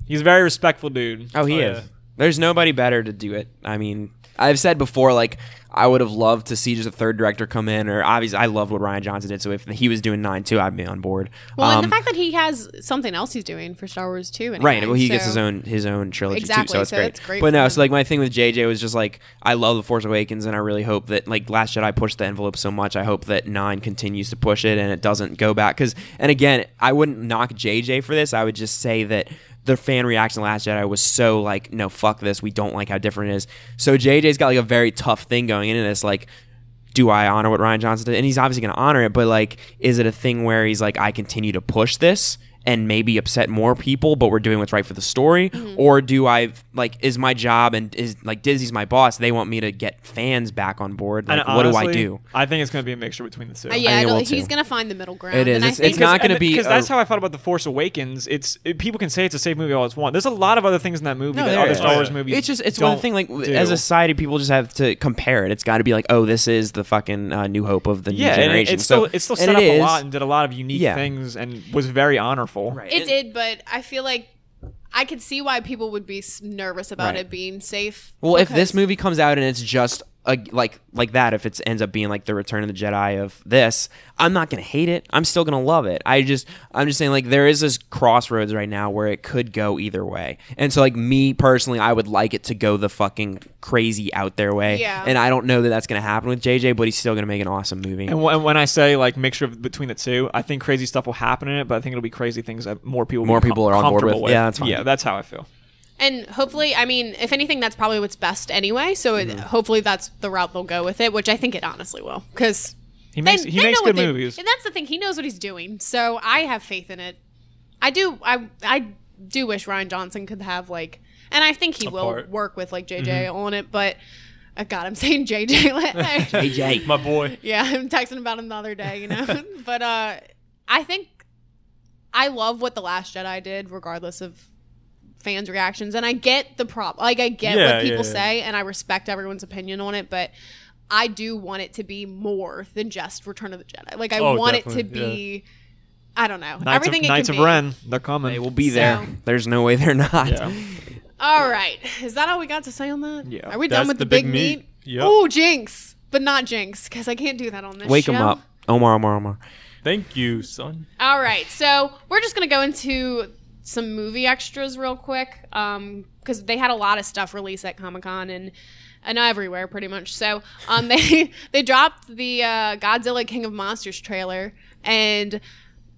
E: He's a very respectful dude.
C: Oh, he
D: Oh,
C: is.
D: yeah.
C: There's nobody better to do it. I mean, I've said before, like I would have loved to see just a third director come in, or obviously I loved what Ryan Johnson did. So if he was doing nine too, I'd be on board.
B: Well, and
C: Um,
B: the fact that he has something else he's doing for Star Wars too, anyway,
C: Right. Well, he gets
B: so-
C: his own his own trilogy too,
B: Exactly,
C: so it's
B: so
C: great.
B: that's great
C: But
B: for
C: no,
B: him.
C: so like my thing with JJ was just like I love the Force Awakens, and I really hope that like Last Jedi pushed the envelope so much. I hope that Nine continues to push it and it doesn't go back. Because and again, I wouldn't knock JJ for this. I would just say that the fan reaction to Last Jedi was so like no fuck this, we don't like how different it is. So JJ's got like a very tough thing going into this, like do I honor what Ryan Johnson did? And he's obviously going to honor it, but like, is it a thing where he's like, I continue to push this and maybe upset more people, but we're doing what's right for the story? Or do I like, is my job and is like Disney's my boss? They want me to get fans back on board. Like,
E: And
C: what do I
E: honestly,
C: do?
E: I think it's gonna be a mixture between the two.
B: Uh, yeah,
C: I think it
B: it'll-
C: will, too.
B: he's gonna find the middle ground.
C: It is.
B: and I
C: It's-
B: think
C: it's not gonna be
E: because
C: a-
E: that's how I felt about the Force Awakens. It's it, people can say it's a safe movie all it's want. There's a lot of other things in that movie
C: No,
E: that
C: there
E: other
C: is.
E: Star Wars
D: Yeah.
E: movies.
C: It's just, it's one
E: don't
C: thing, like, w
E: do.
C: as a society, people just have to compare it. It's got to be like, oh, this is the fucking uh, new hope of the
E: yeah,
C: new
E: and it,
C: generation.
E: it's
C: so,
E: still it's still
C: and
E: set
C: it
E: up a
C: is.
E: lot and did a lot of unique
C: Yeah.
E: things and was very honorful.
C: Right.
B: It did, but I feel like I could see why people would be s- nervous about
C: Right.
B: it being safe.
C: Well, if this
B: because-
C: movie comes out and it's just a, like like that, if it ends up being like the Return of the Jedi of this, I'm not gonna hate it. I'm still gonna love it. I just I'm just saying like there is this crossroads right now where it could go either way. And so like me personally, I would like it to go the fucking crazy out their way.
B: Yeah.
C: And I don't know that that's gonna happen with JJ, but he's still gonna make an awesome movie.
E: And, w- and when I say like mixture of between the two, I think crazy stuff will happen in it, but I think it'll be crazy things that more people will
C: More
E: be
C: people
E: com-
C: are on board with.
E: comfortable
C: Yeah, that's fine.
E: Yeah, that's how I feel.
B: and hopefully, I mean, if anything, that's probably what's best anyway. So
E: Mm-hmm.
B: it, hopefully, that's the route they'll go with it, which I think it honestly will, because
E: He makes he makes good movies.
B: and that's the thing. He knows what he's doing, so I have faith in it. I do. I I do wish Ryan Johnson could have like, and I think he will
D: part.
B: work with like JJ
E: Mm-hmm.
B: on it, but. uh, God, I'm saying JJ. like-
C: JJ.
D: My boy.
B: Yeah, I'm texting about him the other day, you know. but uh I think I love what The Last Jedi did, regardless of fans' reactions. And I get the prop like I get
D: Yeah,
B: what people
D: yeah, yeah.
B: say and I respect everyone's opinion on it, but I do want it to be more than just Return of the Jedi. Like I
D: Oh,
B: want it to
D: definitely, yeah.
B: be I don't know.
E: Knights
B: everything
E: of,
B: it
E: Knights
B: can
E: of
B: be.
E: Ren, they're coming.
C: They will be there.
B: So-
C: There's no way they're not.
E: Yeah.
B: All right. Is that all we got to say on that?
E: Yeah.
B: Are we
D: That's
B: done with
D: the
B: the big,
D: big
B: meat?
D: meat. Yep.
B: Oh, Jinx. But not Jinx, because I can't do that on this
C: Wake him
B: show.
C: up, Omar, Omar, Omar.
D: Thank you, son.
B: All right, so we're just gonna go into some movie extras real quick because they had a lot of stuff released at Comic Con and and everywhere pretty much. So um, they they dropped the uh, Godzilla King of Monsters trailer, and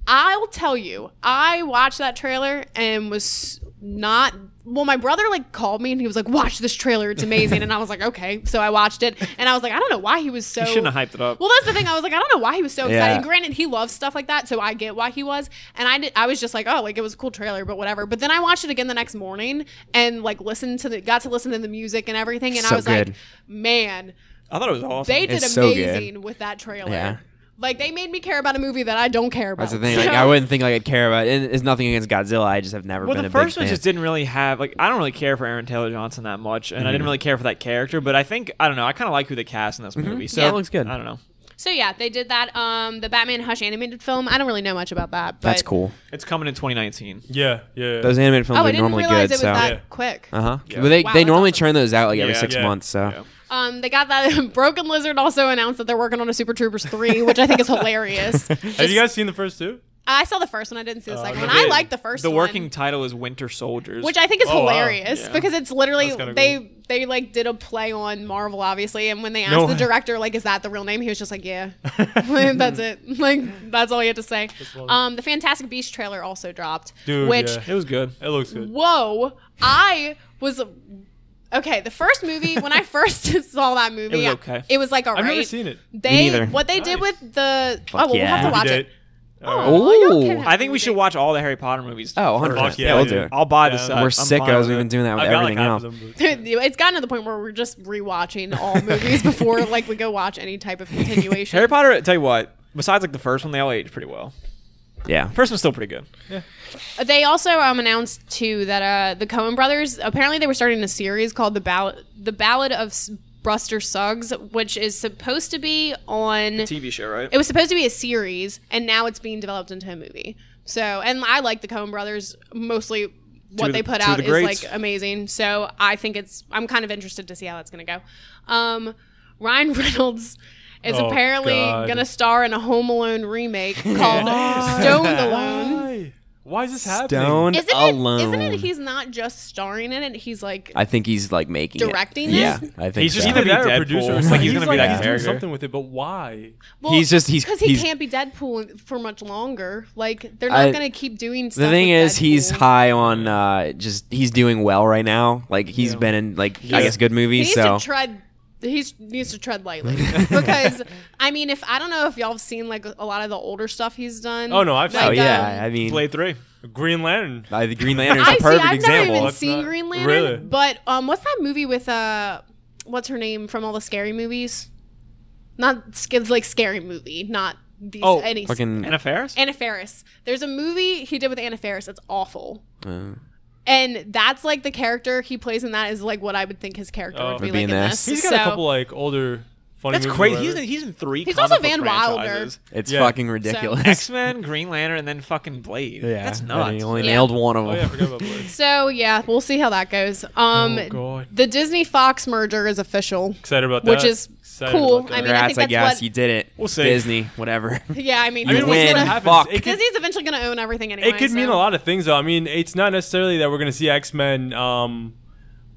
B: I'll tell you, I watched that trailer and was not. Well, my brother like called me and he was like, "Watch this trailer, it's amazing." and I was like, "Okay." So I watched it and I was like, "I don't know why he was so."
E: He shouldn't have hyped it up.
B: Well, that's the thing. I was like, I don't know why he was so excited.
C: Yeah.
B: And granted, he loves stuff like that, so I get why he was. And I did, I was just like, oh, like it was a cool trailer, but whatever. But then I watched it again the next morning and like listened to the got to listen to the music and everything, and I
C: So
B: was
C: good.
B: like, man,
E: I thought it was awesome.
B: they did
C: It's so good.
B: amazing with that trailer.
C: Yeah.
B: Like they made me care about a movie that I don't care about.
C: That's the thing. Like, I wouldn't think like I'd care about it. And It's nothing against Godzilla. I just have never
E: well,
C: been
E: the
C: a
E: first
C: big
E: one
C: fan.
E: just didn't really have like I don't really care for Aaron Taylor Johnson that much, and I
C: Mm-hmm.
E: didn't really care for that character. But I think I don't know. I kind of like who they cast in this movie. So
C: Mm-hmm. Yeah, it looks good.
E: I don't know.
B: So yeah, they did that. Um, the Batman Hush animated film. I don't really know much about that. But,
C: That's cool.
E: It's coming in 2019.
D: Yeah, yeah.
C: Those animated films
B: Oh, I
C: are
B: didn't
C: normally
B: realize it
C: good.
B: was
C: so,
B: that
D: Yeah.
B: quick.
C: uh huh. But they,
B: Wow,
C: they
B: that's
C: normally
B: awesome.
C: churn those out like every
E: Yeah,
C: six
D: yeah.
C: months. So
E: Yeah.
B: Um, they got that. Broken Lizard also announced that they're working on a Super Troopers three, which I think is hilarious.
D: Have you guys seen the first two?
B: I saw the first one. I didn't see the second
D: no,
B: one. I
D: they-
B: liked the first
E: The
B: one.
E: working title is Winter Soldiers,
B: which I think is
D: Oh, wow.
B: hilarious
E: Yeah.
B: because it's literally
D: That's kinda
B: they they like did a play on Marvel obviously, and when they asked
D: No
B: the
D: way.
B: director like is that the real name, he was just like yeah, that's it. Like that's all he had to say. Um, the Fantastic Beast trailer also dropped,
D: Dude,
B: which
D: yeah.
E: it was good.
D: It looks good.
B: whoa, I was Okay, the first movie when I first saw that movie,
E: was okay.
B: it was like all
D: I've never
B: right.
D: seen it.
B: They
C: neither.
B: what they did
D: Nice.
B: with the oh well,
C: yeah.
B: we'll have to watch
D: Date.
B: it.
D: All right.
C: Oh.
B: y'all can have
E: I think we should
B: it.
E: watch all the Harry Potter movies.
C: Oh, 100%.
D: Fuck yeah,
C: yeah, we'll
D: dude.
C: do it.
E: I'll buy the
D: Yeah.
E: set.
C: We're
E: I'm fine
C: sickos.
E: with
C: We've
E: it.
C: been doing that with
D: I've got like
C: everything
D: half
C: else.
D: of them. but-
B: it's gotten to the point where we're just rewatching all movies before like we go watch any type of continuation.
E: Harry Potter. Tell you what. Besides like the first one, they all aged pretty well.
C: Yeah.
E: First one's still pretty good.
B: They also um, announced too that uh, the Coen Brothers apparently they were starting a series called the Ballad the Ballad of S- Buster Suggs, which is supposed to be on.
E: TV show, right?
B: It was supposed to be a series, and now it's being developed into a movie. So, and I like the Coen Brothers mostly. What
E: of the-
B: they put
E: two of
B: out
E: the
B: is
E: greats.
B: like amazing. So I think it's. I'm kind of interested to see how that's going to go. Um, Ryan Reynolds is
D: Oh,
B: apparently
D: God.
B: going to star in a Home Alone remake called Stone Alone.
D: Why? Why is this happening?
C: Stone
B: Isn't
C: alone.
B: it? Isn't it? He's not just starring in it. He's like
C: I think he's like making it.
B: Directing
C: Yeah,
B: this?
C: I think
E: He's just
C: so.
E: gonna
D: Either that
E: be
D: or
E: Deadpool.
D: a producer. or
E: Like,
D: something.
E: he's gonna be that
D: like, he's doing
E: character.
D: something with it, but why?
C: he's just- he's-
B: because he
C: he's-
B: can't be Deadpool for much longer. Like they're not
C: I-
B: gonna keep doing. Stuff
C: The thing
B: with
C: is, he's
B: Deadpool.
C: high on uh, just he's doing well right now. Like he's been in like I guess good
B: He
C: movies.
B: needs
C: so
B: to tread. He needs to tread lightly because I mean, if I don't know if y'all have seen like a lot of the older stuff he's done.
D: Oh, no, I've
B: like,
C: oh
D: seen
C: yeah,
B: um,
C: I mean,
E: Blade three.
D: Green Lantern.
C: I, the Green Lantern's
B: I
C: a perfect
B: see. I've
C: example.
B: never even
D: That's
B: seen
D: not-
B: Green Lantern.
D: Really?
B: But um, what's that movie with uh, what's her name from all the scary movies? Not sc- it's like scary movie, not these
E: Oh,
B: any
C: Fucking
E: Anna Faris.
B: Anna Faris. There's a movie he did with Anna Faris that's awful.
C: uh,
B: And that's like the character he plays in that is like what I would think his character
D: Oh.
B: would
D: Would
B: be,
C: be
B: like
C: in
B: in
C: this.
B: this.
D: He's got
B: so,
D: a couple like older funny.
E: That's
D: movies
E: crazy.
D: or
E: He's in,
D: whatever.
E: he's in three.
B: He's
E: comic
B: also
E: book
B: Van
E: franchises.
C: it's
D: Yeah.
C: fucking ridiculous.
E: X Men, Green Lantern, and then fucking Blade.
C: yeah,
E: that's
C: and
E: nuts.
C: He only
B: Yeah.
C: nailed one of
D: Oh yeah, I
C: them.
D: forgot about Blade.
B: so yeah, we'll see how that goes. Um,
D: Oh, God.
B: the Disney Fox merger is official.
D: Excited about that.
B: Which is
D: Excited
B: cool.
D: about that.
B: I mean,
C: Congrats, I
B: think that's
C: guess
B: what-
C: you did it.
E: We'll see.
C: Disney, whatever.
B: Yeah, I mean,
D: I
B: Disney's
D: mean, what's
C: win.
D: gonna
B: gonna-
D: happen?
C: Fuck.
D: It could-
B: Disney's eventually going to own everything anyway.
D: It could mean
B: so-
D: a lot of things, though. I mean, it's not necessarily that we're going to see X Men um,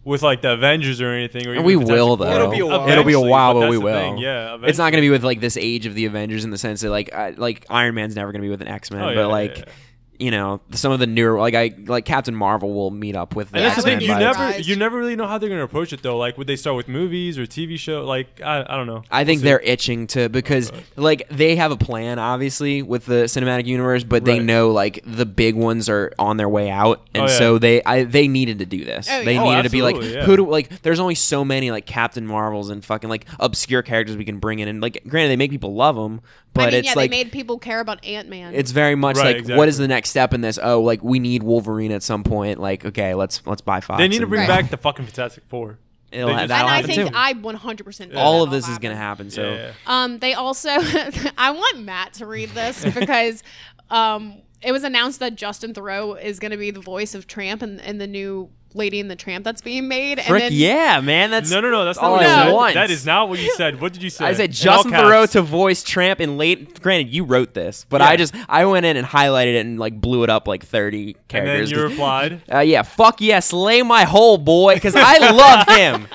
D: with like the Avengers or anything. Or even
C: we
D: the Fantastic
C: will
D: Four.
C: though.
E: It'll be a while.
C: It'll be a
D: Eventually,
C: while,
D: but
C: but we
D: that's the
C: will.
D: thing, yeah,
C: it's not gonna be with like this age of the Avengers in the sense that like I, like Iron Man's never gonna be with an X Men,
D: Oh, yeah,
C: but like
D: yeah, yeah.
C: you know some of the newer like I like Captain Marvel will meet up with.
D: And
B: Yeah,
D: that's the
B: I
D: thing.
B: wouldn't
D: You
B: be
D: never,
B: surprised.
D: you never really know how they're going to approach it, though. Like, would they start with movies or TV show? Like, I, I don't know.
C: I think
D: We'll see. Oh,
C: they're itching to because like they have a plan obviously with the cinematic universe, but they
D: Right.
C: know like the big ones are on their way out, and
D: Oh, yeah.
C: so they I, they needed to do this.
B: Oh,
C: They
B: yeah.
D: Oh,
C: needed to be like
D: absolutely, yeah.
C: who do like. There's only so many like Captain Marvels and fucking like obscure characters we can bring in, and like granted they make people love them, but
B: I mean,
C: it's
B: yeah,
C: like
B: they made people care about Ant Man.
C: it's very much
D: Right,
C: like what is
D: exactly.
C: the next step in this? Oh, like we need Wolverine at some point. Like okay, let's let's buy Fox.
D: They need to
C: and-
D: bring
B: Right.
D: back the fucking Fantastic Four.
C: It'll
D: they
C: ha-
D: just-
C: that'll
B: and I
C: happen
B: think
C: too.
B: I 100% believe
C: all of
B: that'll
C: this is gonna
B: happen.
C: happen. So
D: Yeah.
B: Um, they also, I want Matt to read this because um, it was announced that Justin Thoreau is going to be the voice of Tramp and, and the new Lady and the Tramp that's being made.
C: frick
B: and then,
C: yeah, man. That's
D: No, no, no. That's
C: all
D: not what
C: I
D: you said.
C: want.
D: That is not what you said. What did you say?
C: I said
D: In
C: Justin
D: all
C: Thoreau
D: caps.
C: to voice Tramp in late. Granted, you wrote this, but I
D: Yeah.
C: just I went in and highlighted it and like blew it up like thirty
D: And then
C: characters.
D: you replied.
C: uh, yeah, fuck yeah, slay my whole boy, because I love him.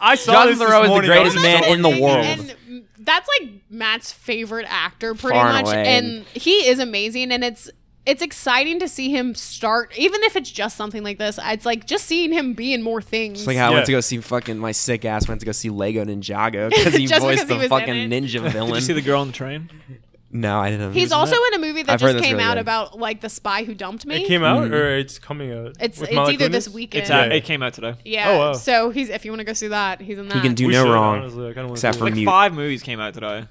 D: I saw
C: Justin
D: this this
C: Theroux is the
D: morning.
C: greatest
D: I
B: Well, that's
D: was like,
C: man in the
B: thing,
C: world.
B: And that's like Matt's favorite actor, pretty
C: Far and
B: much,
C: away.
B: and he is amazing. And it's it's exciting to see him start, even if it's just something like this. It's like just seeing him be in more things.
C: It's like how I
D: Yeah.
C: went to go see fucking my sick ass went to go see Lego Ninjago because he
B: Just
C: voiced
B: because he
C: the
B: was
C: fucking
B: in it.
C: ninja
E: Did
C: villain.
E: you see the girl on the train?
C: no, I didn't.
B: He's also in a movie that
C: I've heard
B: just
C: that's
B: came
C: really
B: out
C: good.
B: about like the spy who dumped me.
D: It came out, or it's coming out.
B: Hmm. It's
D: With
B: it's
D: Mila
B: either
D: Kunis?
B: this weekend.
E: It's
D: Yeah.
E: out, it came out today.
B: Yeah.
D: Oh, wow.
B: So he's if you want to go see that, he's in that.
C: he can do
D: We
C: no
D: should,
C: wrong.
D: honestly. I kinda wanna
C: except
D: see
C: for
D: it.
E: Like
C: mute.
E: five movies came out today.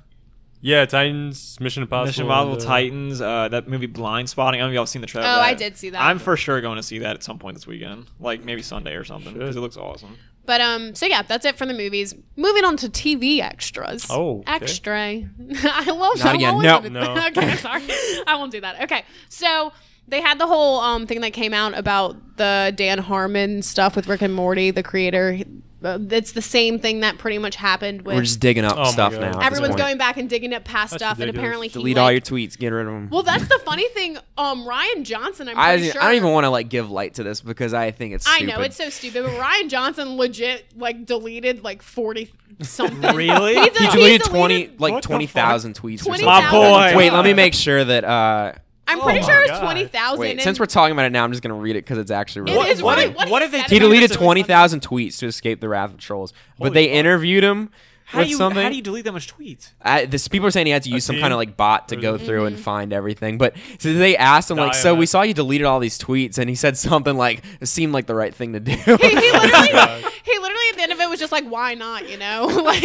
D: Yeah, Titans, Mission Impossible,
E: Mission Impossible,
D: uh,
E: Titans, uh, that movie Blind Spotting. I don't know if y'all seen the trailer.
B: Oh,
E: for
B: I did see that.
E: I'm for sure going to see that at some point this weekend, like maybe Sunday or something, because it looks awesome.
B: But um, so yeah, that's it for the movies. Moving on to TV extras.
D: Oh, okay.
B: extra. I love
C: Not
B: I'm
C: again.
B: always
C: No.
B: gonna-
D: No.
B: okay, I'm sorry. I won't do that. Okay, so they had the whole um thing that came out about the Dan Harmon stuff with Rick and Morty, the creator. Uh, It's the same thing that pretty much happened with
C: We're just digging up
D: Oh my
C: stuff
D: God.
C: now. at this
B: everyone's
C: point.
B: going back and digging up past
D: That's
B: stuff, and
D: ridiculous.
B: apparently he
C: delete
B: like-
C: all your tweets, get rid of them.
B: Well, that's the funny thing. Um, Ryan Johnson. I'm
C: I,
B: pretty sure.
C: I don't even want to like give light to this because I think it's.
B: I
C: Stupid.
B: know it's so stupid, but Ryan Johnson legit like deleted like forty something.
E: Really?
B: He,
E: He
B: de-
C: he
B: he
C: deleted twenty like
D: What the
C: twenty thousand tweets. or
B: 20,000
C: something.
E: My boy.
C: Wait, let me make sure that uh,
B: I I'm
E: Oh
B: pretty
D: my
B: sure it was
D: God.
B: twenty thousand.
C: Wait, since we're talking about it now, I'm just gonna read it because it's actually.
B: It
C: really
B: is
C: funny.
B: really
E: did-
B: what
E: what
B: he
E: did they
B: said
C: He
B: about
C: deleted
B: it.
C: twenty thousand tweets to escape the wrath of trolls, but they
D: fuck.
C: interviewed him
E: How
C: with
E: do you
C: something.
E: how do you delete that much tweets?
C: I, this people are saying he had to use some
D: team?
C: kind of like bot to go through and find everything. But so they asked him like,
D: Die
C: "So
D: on
C: we
D: it."
C: saw you deleted all these tweets," and he said something like, "It seemed like the right thing to do."
B: He, he
E: Oh
B: literally, he literally at the end of it was just like, "Why not?" You know, like,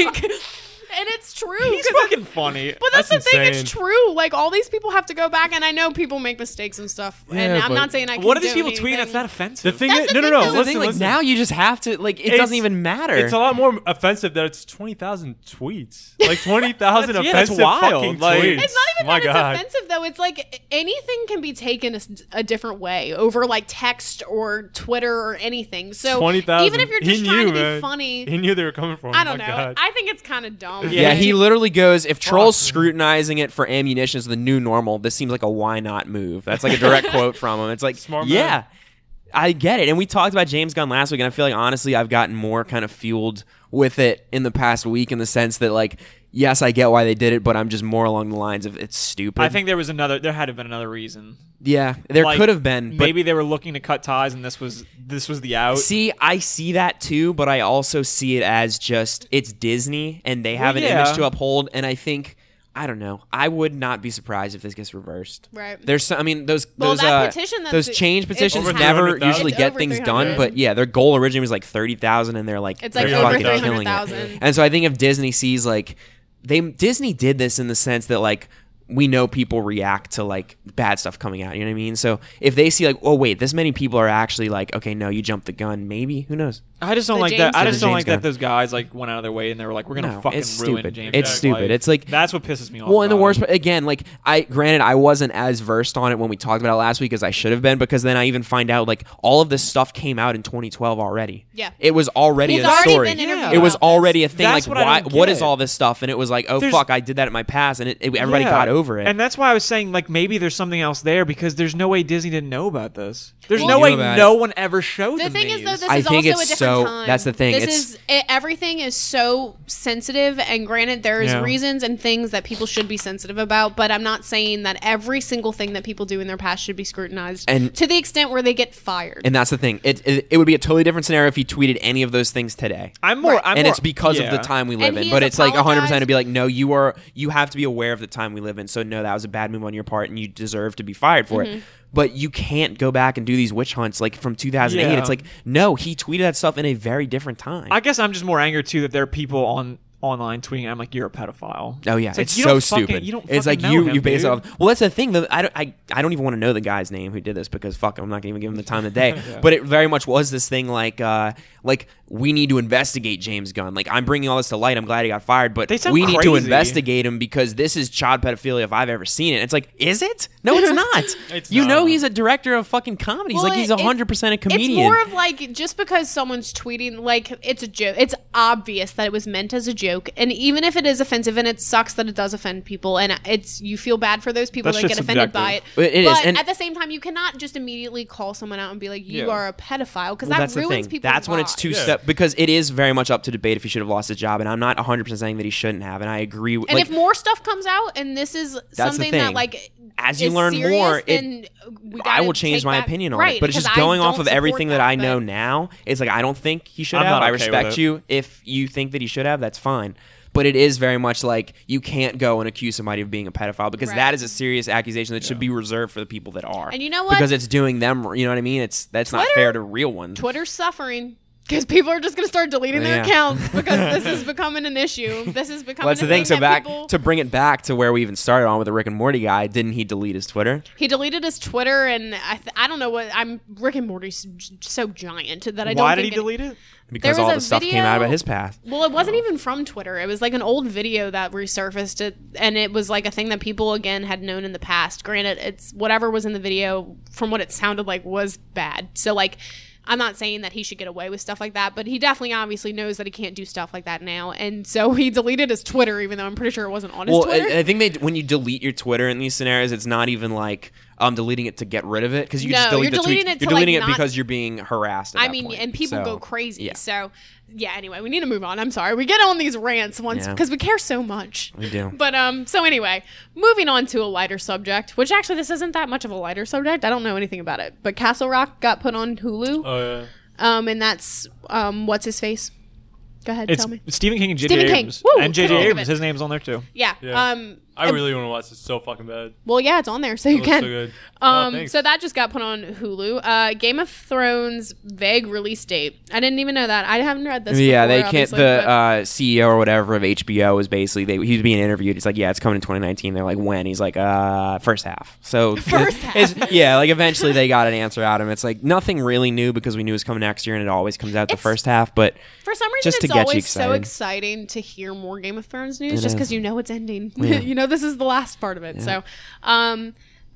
B: and it's true.
E: He's
B: 'cause
E: fucking funny.
B: But that's,
D: That's
B: the thing; it's
D: insane.
B: true. Like all these people have to go back, and I know people make mistakes and stuff. and
D: Yeah,
B: I'm
D: but-
B: not saying I. Can
E: What are these
B: do
E: people tweeting?
B: anything.
E: That's not
D: The
E: offensive.
D: thing
B: That's
D: is,
B: the
D: no,
B: thing,
D: no,
B: though.
D: no.
B: The
C: The
D: Listen,
C: thing, like
D: listen.
C: now you just have to like it
D: It's-
C: doesn't even matter.
D: It's a lot more offensive that it's twenty thousand tweets, like twenty thousand
E: That's- yeah, that's
D: offensive
E: wild.
D: fucking
E: Like-
D: tweets.
B: It's not even
D: My
B: that
D: God.
B: it's offensive, though. It's like anything can be taken a, s- a different way over like text or Twitter or anything. So
D: Twenty thousand.
B: even if you're just
D: he
B: trying
D: knew,
B: to be
D: man.
B: funny,
D: he knew they were coming from.
B: I don't
D: My
B: know.
D: God.
B: I think it's kind of dumb.
C: yeah,
B: but-
C: he literally goes, if trolls
D: Fuck.
C: scrutinizing it for ammunition is the new normal, this seems like a why not move. That's like a direct quote from him. It's like,
D: Smart man.
C: yeah, I get it. And we talked about James Gunn last week, and I feel like honestly, I've gotten more kind of fueled with it in the past week in the sense that, like, yes, I get why they did it, but I'm just more along the lines of it's stupid.
E: I think there was another. There had to have been another reason.
C: yeah, there
E: Like,
C: could have been. But
E: Maybe they were looking to cut ties, and this was this was the out.
C: See, I see that too, but I also see it as just it's Disney and they have
E: Well,
C: an
E: yeah.
C: image to uphold. And I think I don't know. I would not be surprised if this gets reversed.
B: Right.
C: There's some, I mean those
B: Well,
C: those
B: that
C: uh,
B: petition that's-
C: those change
B: it's
C: petitions
D: Over
C: never
D: 300,000.
C: usually
B: It's
C: get
B: over
C: things
B: 300.
C: done, but yeah, their goal originally was like thirty thousand, and they're like
B: It's, like,
C: they're
D: over
C: fucking killing it.
B: 300,000.
C: And so I think if Disney sees like they Disney did this in the sense that like we know people react to like bad stuff coming out, you know what I mean? So if they see like, oh wait, this many people are actually like, okay, no, you jumped the gun, maybe who knows?
E: I just don't
B: The
E: like
B: James
E: that. I
B: Gunn.
E: just don't
C: James
E: like
C: Gunn.
E: that those guys like went out of their way and they were like, "We're gonna
C: No,
E: fucking
C: it's
E: ruin
C: stupid.
E: James."
C: It's
E: Gunn."
C: stupid. It's like-
E: that's what pisses me off.
C: Well, and the
E: about
C: worst
E: him.
C: part- again, like I granted I wasn't as versed on it when we talked about it last week as I should have been because then I even find out like all of this stuff came out in 2012 already.
B: Yeah.
C: it was already
B: He's
C: a
B: already
C: story.
B: been interviewed
C: It was
B: about this.
C: already a thing.
E: That's
C: like,
E: what I
C: why?
E: don't
C: What
E: get.
C: is all this stuff? And it was like, oh
E: There's-
C: fuck, I did that in my past, and it, it- everybody
E: Yeah.
C: got over it.
E: And that's why I was saying like maybe there's something else there because there's no way Disney didn't know about this. There's
B: Well-
E: no
B: Knew
E: way
C: about
E: no one ever showed
B: The
E: them
B: thing is, though,
E: these.
B: this
C: I
B: is
C: think
B: also
C: it's
B: a different
C: so-
B: time.
C: that's the thing,
B: This
C: it's-
B: is it, everything is so sensitive, and granted, there is
E: Yeah.
B: reasons and things that people should be sensitive about. But I'm not saying that every single thing that people do in their past should be scrutinized,
C: And-
B: to the extent where they get fired.
C: And that's the thing. It, it it would be a totally different scenario if he tweeted any of those things today.
E: I'm more. I'm
C: and
E: more-
C: it's because
E: yeah.
C: of the time we live
B: And he
C: in. But
B: has
C: it's like 100
B: apologized.
C: percent to be like, no, you are you have to be aware of the time we live in. So no, that was a bad move on your part, and you deserve to be fired for
B: Mm-hmm.
C: it. But you can't go back and do these witch hunts like from 2008.
E: Yeah.
C: It's like no, he tweeted that stuff in a very different time.
E: I guess I'm just more angry too that there are people on online tweeting. I'm like, you're a pedophile.
C: Oh yeah,
E: like,
C: it's
E: you
C: so
E: don't fucking-
C: stupid.
E: you don't
C: it's like
E: fucking
C: you
E: know him,
C: you base it
E: dude.
C: off. Well, that's the thing. Though I don't I, I don't even want to know the guy's name who did this because fuck, I'm not gonna even give him the time of day. But it very much was this thing like uh like we need to investigate James Gunn. Like I'm bringing all this to light. I'm glad he got fired, but
E: They sound
C: we need to
E: crazy.
C: investigate him because this is child pedophilia if I've ever seen it. It's like is it? No, it's not.
D: It's
C: you
D: not.
C: know he's a director of fucking comedies.
B: Well,
C: like he's
B: it- it's-
C: hundred percent a comedian.
B: It's more of like just because someone's tweeting, like it's a joke. It's obvious that it was meant as a joke, and even if it is offensive, and it sucks that it does offend people, and it's you feel bad for those people
E: That's
B: that
E: just
B: get offended by it.
C: subjective. It is,
B: but
C: and-
B: at the same time, you cannot just immediately call someone out and be like, "You
E: Yeah.
B: are a pedophile," because
C: Well,
B: that ruins people's
C: That's when it's
B: lives.
C: two step because it is very much up to debate if he should have lost his job, and I'm not 100 percent saying that he shouldn't have, and I agree. with
B: And
C: like,
B: if more stuff comes out, and this is
C: the
B: something that
C: thing.
B: like
C: As you
B: is
C: learn
B: serious,
C: more, it-
B: then we
C: I
B: gotta
C: will change
B: take
C: my
B: back-
C: opinion on
B: right,
C: it, but it's
B: because
C: just
B: I
C: going off
B: don't
C: of
B: support
C: everything that,
B: that
C: I know
B: but-
C: now. It's like I don't think he should
E: I'm
C: have.
E: not
C: I
E: okay
C: respect
E: with it.
C: you if you think that he should have. That's fine. But it is very much like you can't go and accuse somebody of being a pedophile because
B: Right.
C: that is a serious accusation that should be reserved for the people that are.
B: And you know what?
C: Because it's doing them. You know what I mean? It's that's not
B: Twitter-
C: fair to real ones.
B: Twitter's suffering because people are just going to start deleting their
C: Yeah.
B: accounts because this is becoming an issue. This is becoming.
C: Well, that's
B: a
C: the thing. So
B: that
C: back
B: people-
C: to bring it back to where we even started on with the Rick and Morty guy. Didn't he delete his Twitter?
B: he deleted his Twitter, and I th- I don't know what I'm. Rick and Morty's j- so giant that I don't.
E: Why did he
B: think it-
E: delete it?
C: Because
B: There was
C: all
B: a
C: the stuff came out
B: video-
C: about his past.
B: Well, it
C: Oh.
B: wasn't even from Twitter. It was like an old video that resurfaced it, and it was like a thing that people again had known in the past. Granted, it's whatever was in the video, from what it sounded like, was bad. So like. I'm not saying that he should get away with stuff like that, but he definitely obviously knows that he can't do stuff like that now. And so he deleted his Twitter, even though I'm pretty sure it wasn't on his
C: Well,
B: Twitter.
C: I, I think they when you delete your Twitter in these scenarios, it's not even like um, deleting it to get rid of it because you
B: No,
C: just delete
B: you're
C: the
B: deleting
C: tweet.
B: it to,
C: you're deleting
B: like,
C: it
B: not-
C: because you're being harassed. At
B: I
C: that
B: mean,
C: point.
B: and people
C: So,
B: go crazy.
C: Yeah,
B: So, yeah. Anyway, we need to move on. I'm sorry. We get on these rants once
C: Yeah.
B: because we care so much.
C: we do.
B: But um, so anyway, moving on to a lighter subject, which actually this isn't that much of a lighter subject. I don't know anything about it, but Castle Rock got put on Hulu,
D: Oh yeah.
B: um, and that's um, what's his face. Go ahead,
E: It's
B: tell me.
E: Stephen King and J.J.
B: Stephen King.
E: Abrams.
B: Woo,
E: and
B: couldn't
E: J.J.
B: think of
E: Abrams,
B: it.
E: his name's on there too.
B: Yeah.
D: Yeah.
B: Um.
D: I
B: and-
D: really want to watch this so fucking bad.
B: well, yeah, it's on there, so you
D: Looks so
B: can.
D: good. Oh,
B: Um,
D: thanks.
B: so that just got put on Hulu. Uh, Game of Thrones vague release date. I didn't even know that. I haven't read this.
C: Yeah,
B: before,
C: they can't.
B: obviously,
C: The
B: but-
C: uh, CEO or whatever of HBO was basically they, he was being interviewed. It's like, yeah, it's coming in 2019. They're like, when? He's like, uh, first half. So
B: First
C: it's- yeah, like eventually they got an answer out of him. It's like nothing really new because we knew it was coming next year, and it always comes out the
B: It's-
C: first half. But
B: For some reason,
C: Just to
B: it's
C: get you
B: always so
C: excited.
B: exciting to hear more Game of Thrones news, just
C: is.
B: because you know it's ending. you know this is the last part of it. So, um,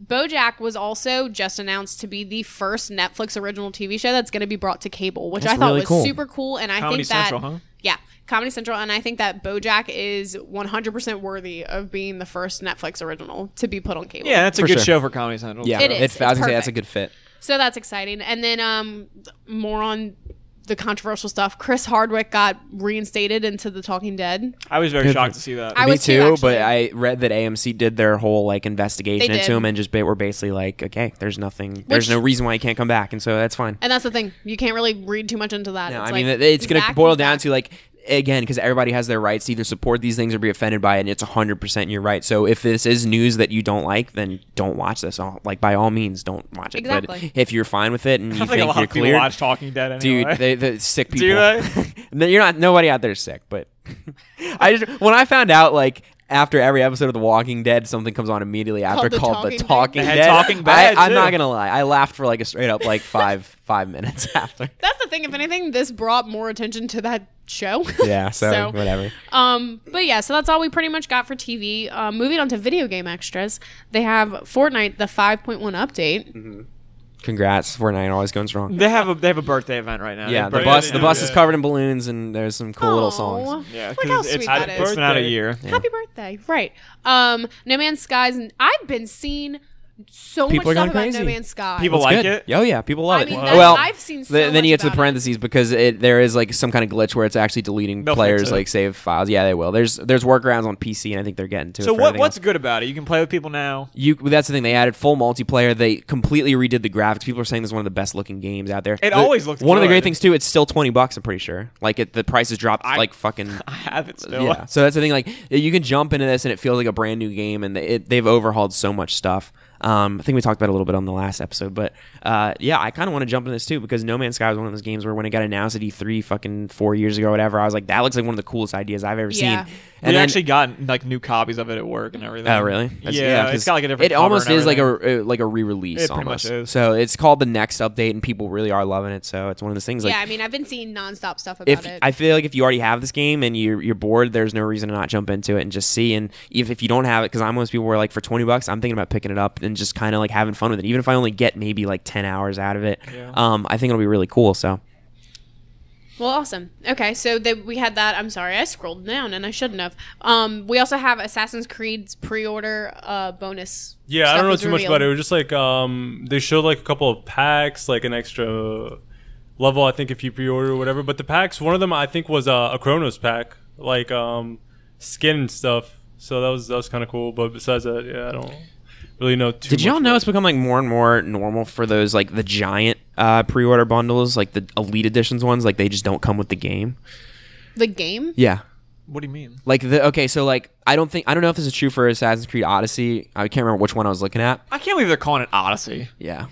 B: BoJack was also just announced to be the first Netflix original TV show that's going to be brought to cable, which
C: That's
B: I thought
C: really
B: was
C: cool.
B: super cool. And I
E: Comedy
B: think that
E: Central, huh?
B: yeah, Comedy Central, and I think that BoJack is 100 percent worthy of being the first Netflix original to be put on cable.
E: Yeah, that's a
C: For
E: good
C: sure.
E: show for Comedy Central.
C: yeah,
B: It is.
C: I was
B: It's
C: gonna say that's a
B: perfect.
C: good fit.
B: So that's exciting. And then um, more on the controversial stuff. Chris Hardwick got reinstated into the Talking Dead.
E: I was very
C: Good
E: shocked
C: for-
E: to see that.
B: I
C: Me
B: was
C: too,
B: too,
C: but
B: actually.
C: I read that AMC did their whole like investigation
B: They did.
C: into him and just ba- were basically like, okay, there's nothing, there's
B: Which-
C: no reason why he can't come back, and so that's fine.
B: And that's the thing. You can't really read too much into that.
C: No,
B: It's
C: I
B: like,
C: mean it- it's
B: he's
C: going to
B: back,
C: boil
B: he's
C: down
B: back.
C: to like again because everybody has their rights to either support these things or be offended by it, and it's hundred percent your right. So if this is news that you don't like, then don't watch this. All like by all means, don't watch it.
B: Exactly.
C: But if you're fine with it and you
E: I think a
C: think
E: lot
C: you're
E: of people
C: clear,
E: watch Talking Dead anyway.
C: dude, they, the sick people.
E: they?
C: No, you're not. Nobody out there is sick, but I just when I found out like. After every episode of The Walking Dead, something comes on immediately after
B: The
C: called
B: Talking
C: The
B: Dead.
C: Talking
E: They had
C: Dead.
E: Talking
C: I,
E: Dead,
C: I'm not
E: too.
C: gonna lie, I laughed for like a straight up like five five minutes after.
B: That's the thing. If anything, this brought more attention to that show.
C: Yeah, so. whatever.
B: Um, but yeah, so that's all we pretty much got for TV. Um, moving on to video game extras, they have Fortnite the 5.1 update.
C: Congrats, Fortnite always going strong.
E: they have a they have a birthday event right now. They
C: Yeah,
E: have
C: the
E: birthday
C: bus
E: event.
C: the
D: do,
C: bus
D: yeah.
C: is covered in balloons and there's some cool little songs.
B: Aw.
E: Yeah,
B: Look
E: 'cause
B: how
E: it's-
B: sweet
E: it's-
B: that
D: it's
B: is.
E: It's been out a
D: Birthday.
E: year.
B: Happy birthday! Right. Um, No Man's Skies. I've been seeing so
C: People are
B: much stuff
C: going
B: about
C: crazy.
B: No Man's Sky.
E: People
C: It's
E: like
C: good.
E: it?
C: Oh yeah, people love
B: I
C: it.
B: mean,
C: Wow.
B: that's-
C: well,
B: I've seen so
C: the- then you
B: much
C: get to the
B: about it.
C: parentheses because it, there is like some kind of glitch where it's actually deleting
E: They'll fix
C: players
E: it.
C: like save files. Yeah, they will. There's there's workarounds on PC and I think they're getting to it.
E: So
C: for
E: what
C: everything
E: what's
C: else.
E: good about it? You can play with people now.
C: you? That's the thing. They added full multiplayer. They completely redid the graphics. People are saying this is one of the best looking games out there.
E: It
C: The-
E: always looked
C: One of the
E: good.
C: great things too. It's still twenty bucks. I'm pretty sure. Like it, the price has dropped
E: I-
C: like fucking
E: I have it still.
C: Yeah. So that's the thing. Like you can jump into this and it feels like a brand new game, and it, they've overhauled so much stuff. Um, I think we talked about it a little bit on the last episode, but uh, yeah, I kind of want to jump into this too because No Man's Sky was one of those games where when it got announced at E3 fucking four years ago, or whatever, I was like, that looks like one of the coolest ideas I've ever
B: Yeah.
C: seen.
E: we
C: then-
E: actually got like new copies of it at work and everything.
C: Oh really? That's-
E: yeah,
C: 'cause
E: it's got like a different.
C: It
E: cover
C: almost
E: and
C: is like
E: everything.
C: a uh, like a re-release.
E: It pretty
C: almost.
E: much is.
C: So it's called the next update, and people really are loving it. So it's one of those things. Like
B: yeah, I mean, I've been seeing nonstop stuff about
C: if
B: it.
C: I feel like if you already have this game and you're you're bored, there's no reason to not jump into it and just see. And if, if you don't have it, because I'm one of those people where like for twenty bucks, I'm thinking about picking it up and just kind of like having fun with it. Even if I only get maybe like ten hours out of it, um, I think it'll be really cool. So
B: Well, awesome. Okay, so they, we had that. I'm sorry, I scrolled down and I shouldn't have. Um, we also have Assassin's Creed's pre-order uh, bonus.
D: Yeah, I
B: stuff
D: don't know
B: was
D: too much about it. It
B: revealed.
D: was just like um, they showed like a couple of packs, like an extra level, I think, if you pre-order or whatever. But the packs, one of them I think was uh, a Chronos pack, like um, skin and stuff. So that was that was kind of cool. But besides that, yeah, I don't really know too.
C: did y'all
D: much
C: know
D: about
C: it's become like more and more normal for those like the giant uh, pre-order bundles, like the elite editions ones, like they just don't come with the game.
B: The game.
C: Yeah,
E: What do you mean?
C: like the okay, so like I don't think I don't know if this is true for Assassin's Creed Odyssey. I can't remember which one I was looking at.
E: I can't believe they're calling it Odyssey.
C: Yeah.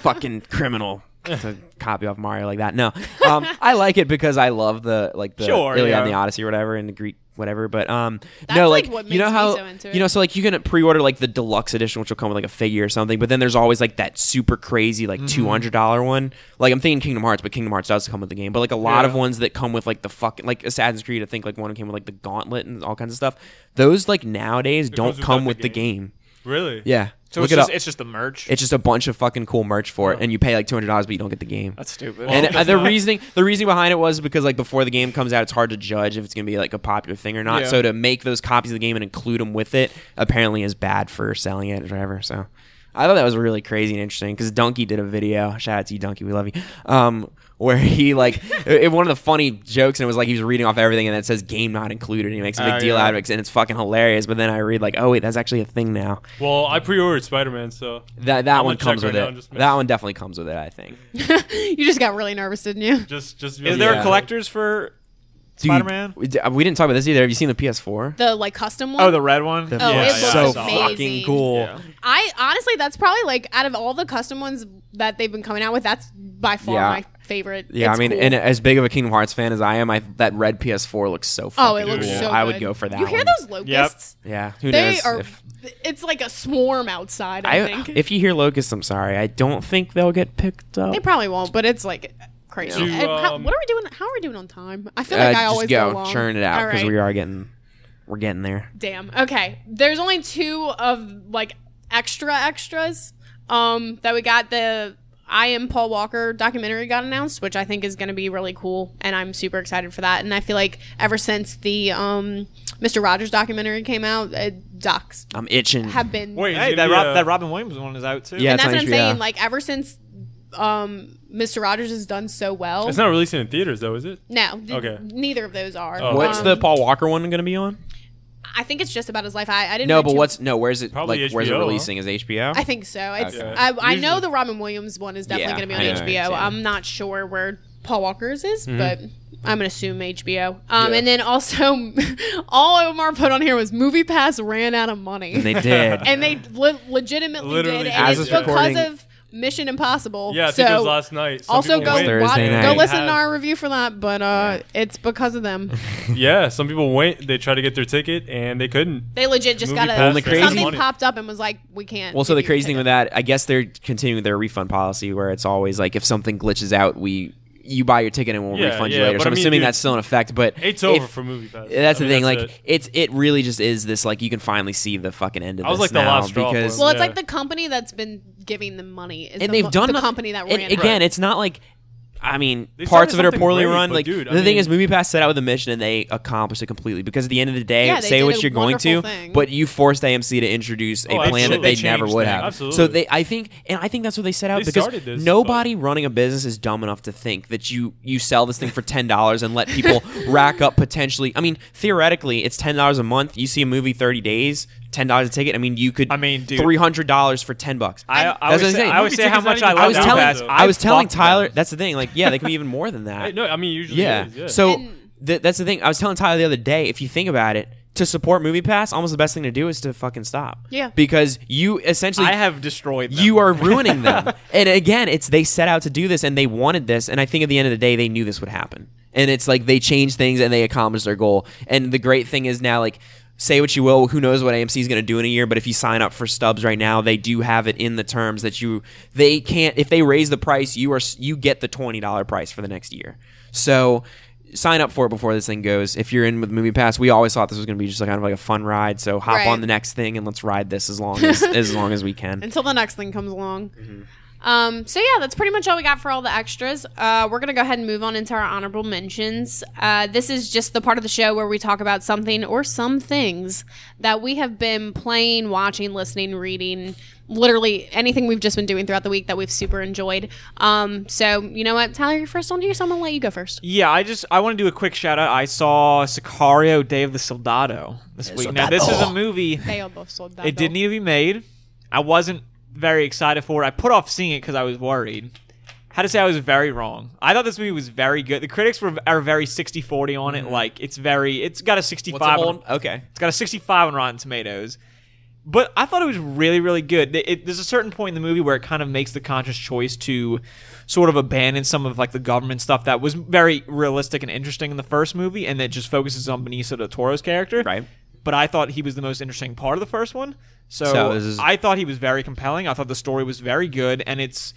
C: Fucking criminal to copy off Mario like that. No. Um, I like it because I love the like the
E: Sure,
C: Iliad
E: yeah.
C: and the Odyssey or whatever and the Greek whatever. But um
B: That's,
C: no
B: like,
C: like,
B: what
C: you know
B: makes me
C: how
B: so into
C: you know
B: it.
C: so like you can pre-order like the deluxe edition which will come with like a figure or something, but then there's always like that super crazy like $200 one. Like I'm thinking Kingdom Hearts, but Kingdom Hearts does come with the game. But like a lot of
D: Yeah.
C: ones that come with like the fucking like Assassin's Creed, I think like one came with like the gauntlet and all kinds of stuff. Those like nowadays don't
D: comes without
C: come
D: the
C: with the game.
D: game. it. really?
C: Yeah.
E: So
C: Look
E: it's
C: it
E: just
C: up.
E: it's just the merch.
C: It's just a bunch of fucking cool merch for it, and you pay like two hundred dollars, but you don't get the game.
E: That's stupid.
C: and uh, the reasoning, the reasoning behind it was because like before the game comes out, it's hard to judge if it's gonna be like a popular thing or not.
E: Yeah.
C: So to make those copies of the game and include them with it, apparently is bad for selling it or whatever. So I thought that was really crazy and interesting because Donkey did a video. Shout out to you, Donkey. We love you. Um, where he like it, one of the funny jokes and it was like he was reading off everything and it says game not included and he makes a big
E: Oh,
C: deal
E: yeah.
C: out of it and it's fucking hilarious. But then I read like, oh wait, that's actually a thing now.
D: Well, I pre-ordered Spider-Man, so
C: That that
D: I'm
C: one
D: gonna check
C: comes
D: right
C: with
D: now
C: it.
D: and just make-
C: that one definitely comes with it. I think.
B: you just got really nervous, didn't you?
D: just just
E: Is there
C: Yeah.
E: a collectors for Spider-Man?
C: Dude, we d- uh, we didn't talk about this either. Have you seen the PS4?
B: The like custom one.
E: Oh, the red one.
B: Oh,
E: yeah,
B: it
E: yeah,
B: looks
E: I
C: so
E: saw
B: amazing.
E: that.
C: fucking cool.
E: Yeah.
B: I honestly, that's probably like out of all the custom ones that they've been coming out with, that's by far
C: Yeah.
B: my favorite.
C: Yeah,
B: It's
C: I mean,
B: cool.
C: and as big of a Kingdom Hearts fan as I am, I that red PS4 looks so fucking
B: oh, it looks
C: cool.
B: so.
C: I
B: good.
C: would go for that.
B: You hear
C: one.
B: those locusts?
C: Yeah, who
B: They
C: knows?
B: are.
C: if,
B: It's like a swarm outside. I,
C: I,
B: think
C: if you hear locusts, I'm sorry. I don't think they'll get picked up.
B: they probably won't, but it's like crazy.
D: Yeah.
B: And how-
D: Um,
B: what are we doing? How are we doing on time? I feel
C: Uh,
B: like I
C: just
B: always
C: go,
B: long.
C: churn it out
B: All
C: because
B: right.
C: we are getting we're getting there.
B: Damn. Okay. There's only two of like extra extras um that we got the I am Paul Walker documentary got announced, which I think is going to be really cool and I'm super excited for that. And I feel like ever since the um Mr. Rogers documentary came out, uh, docs
C: I'm itching.
B: have been
D: Wait,
E: Hey,
D: is
E: that,
D: it uh,
E: Rob,
D: a-
E: that Robin Williams one is out too.
C: Yeah.
B: and
C: it's
B: that's
C: on
B: what I'm
C: HBO.
B: saying like ever since um Mr. Rogers has done so well.
D: It's not releasing in theaters though, is it?
B: no, th-
D: Okay.
B: neither of those are.
D: Oh,
C: what's
B: Um,
C: the Paul Walker one going to be on?
B: I think it's just about his life. I, I didn't.
C: No,
B: read
C: but
B: too-
C: what's no? Where's it
D: Probably
C: like? Where's it
D: HBO, huh?
C: releasing? Is it HBO?
B: I think so. It's
D: Okay.
B: I, I know
D: Usually-
B: the Robin Williams one is definitely
C: Yeah,
B: going to be on
C: I know
B: HBO.
C: it is, yeah.
B: I'm not sure where Paul Walker's is,
D: Mm-hmm.
B: but I'm going to assume HBO. Um, And then also, all Omar put on here was Movie Pass ran out of money,
C: and they did.
B: and they le- legitimately
D: Literally
B: did,
D: did,
B: and
C: As
B: it's
C: of
B: because
C: recording-
B: of Mission Impossible.
D: Yeah, I
B: so
D: think it was last night. Some
B: also
D: people
B: go
D: went-
C: Thursday
B: watch,
C: night.
B: go listen
D: Have-
B: to our review for that, but uh, it's because of them.
D: Yeah, some people went. They tried to get their ticket and they couldn't.
B: They legit just
D: Movie
B: got
D: Pass
B: a
C: Only ran out of
B: something
D: money.
B: popped up and was like, we can't.
C: well, so the
B: give you a
C: crazy thing
B: ticket.
C: with that, I guess they're continuing their refund policy where it's always like if something glitches out, we you buy your ticket and we'll
D: Yeah,
C: refund you
D: yeah,
C: later.
D: but
C: So
D: I
C: I'm
D: mean,
C: assuming
D: dude,
C: that's still in effect. But
D: It's
C: if-
D: over for movie pass.
C: That's
D: I
C: the
D: mean,
C: thing. like
D: it.
C: it's it really just is this like you can finally see the fucking end of
D: I was
C: this
D: like the
C: now
D: last straw for
C: because
D: them.
B: Well, it's
D: Yeah.
B: like the company that's been giving them money, is the
C: and they've
B: mo-
C: done
B: the
C: nothing-
B: company that
C: and
B: ran. it.
C: again, it's not like. I mean,
D: They
C: parts of
D: started
C: it are
D: something
C: poorly
D: great,
C: run.
D: but
C: Like
D: dude,
C: the
D: I
C: thing
D: mean-
C: is, MoviePass set out with a mission and they accomplished it completely. Because at the end of the day,
B: Yeah, they
C: say
B: did
C: what
B: a
C: you're going to,
B: wonderful thing.
C: but you forced AMC to introduce a
D: Oh,
C: plan that
D: absolutely.
C: they,
D: They
C: never
E: changed
C: would
E: things.
C: have. So
D: Absolutely.
C: they, I think, and I think that's what they set out
D: They
C: because
D: started this,
C: nobody running a business is dumb enough to think that you you sell this thing for ten dollars and let people rack up potentially. I mean, theoretically, it's ten dollars a month. You see a movie thirty days, ten dollars a ticket. I mean, you could.
E: I mean, dude.
C: three hundred dollars for ten bucks.
E: I, I
C: That's what I'm
E: always say,
C: saying.
E: I always
D: Movie
E: say how
D: tickets
E: much
D: not
E: I
D: even
E: love
C: I was
D: Now
C: telling,
D: that's-
E: Outpass.
C: I was telling
E: fucked
C: Tyler.
E: them.
C: That's the thing. Like, yeah, they can be even more than
D: Hey,
C: that.
D: no, I mean usually.
C: yeah.
D: it is, yeah.
C: So
B: And-
C: th- that's the thing. I was telling Tyler the other day. If you think about it, to support Movie Pass, almost the best thing to do is to fucking stop.
B: Yeah.
C: Because you essentially.
E: I have destroyed. Them.
C: you are ruining them. and again, it's they set out to do this and they wanted this. And I think at the end of the day, they knew this would happen. And it's like they changed things and they accomplished their goal. And the great thing is now, like, say what you will, who knows what AMC is going to do in a year. But if you sign up for Stubbs right now, they do have it in the terms that you they can't if they raise the price, you are s- you get the twenty dollar price for the next year. So. Sign up for it before this thing goes. If you're in with Movie Pass, we always thought this was going to be just like kind of like a fun ride. So hop
B: Right.
C: on the next thing and let's ride this as long as as long as we can.
B: until the next thing comes along. Um, so yeah, that's pretty much all we got for all the extras. Uh, we're gonna go ahead and move on into our honorable mentions. Uh, this is just the part of the show where we talk about something or some things that we have been playing, watching, listening, reading, literally anything we've just been doing throughout the week that we've super enjoyed. Um, so you know what, Tyler, you're first on here, so I'm gonna let you go first.
E: Yeah, I just I want to do a quick shout out. I saw Sicario: Day of the Soldado this week. Now this is a movie.
B: They all both sold that.
E: It didn't need to be made. I wasn't very excited for it. I put off seeing it because I was worried. How to say I was very wrong. I thought this movie was very good. The critics were are very 60-40 on it. Like it's very it's got a sixty
C: Mm-hmm. What's it
E: five.
C: hold? Okay.
E: It's got a 65 on Rotten Tomatoes. But I thought it was really, really good. It- it- there's a certain point in the movie where it kind of makes the conscious choice to sort of abandon some of like the government stuff that was very realistic and interesting in the first movie, and that just focuses on Benicio del Toro's character.
C: Right.
E: But I thought he was the most interesting part of the first one. So,
C: So this is-
E: I thought he was very compelling. I thought the story was very good, and it's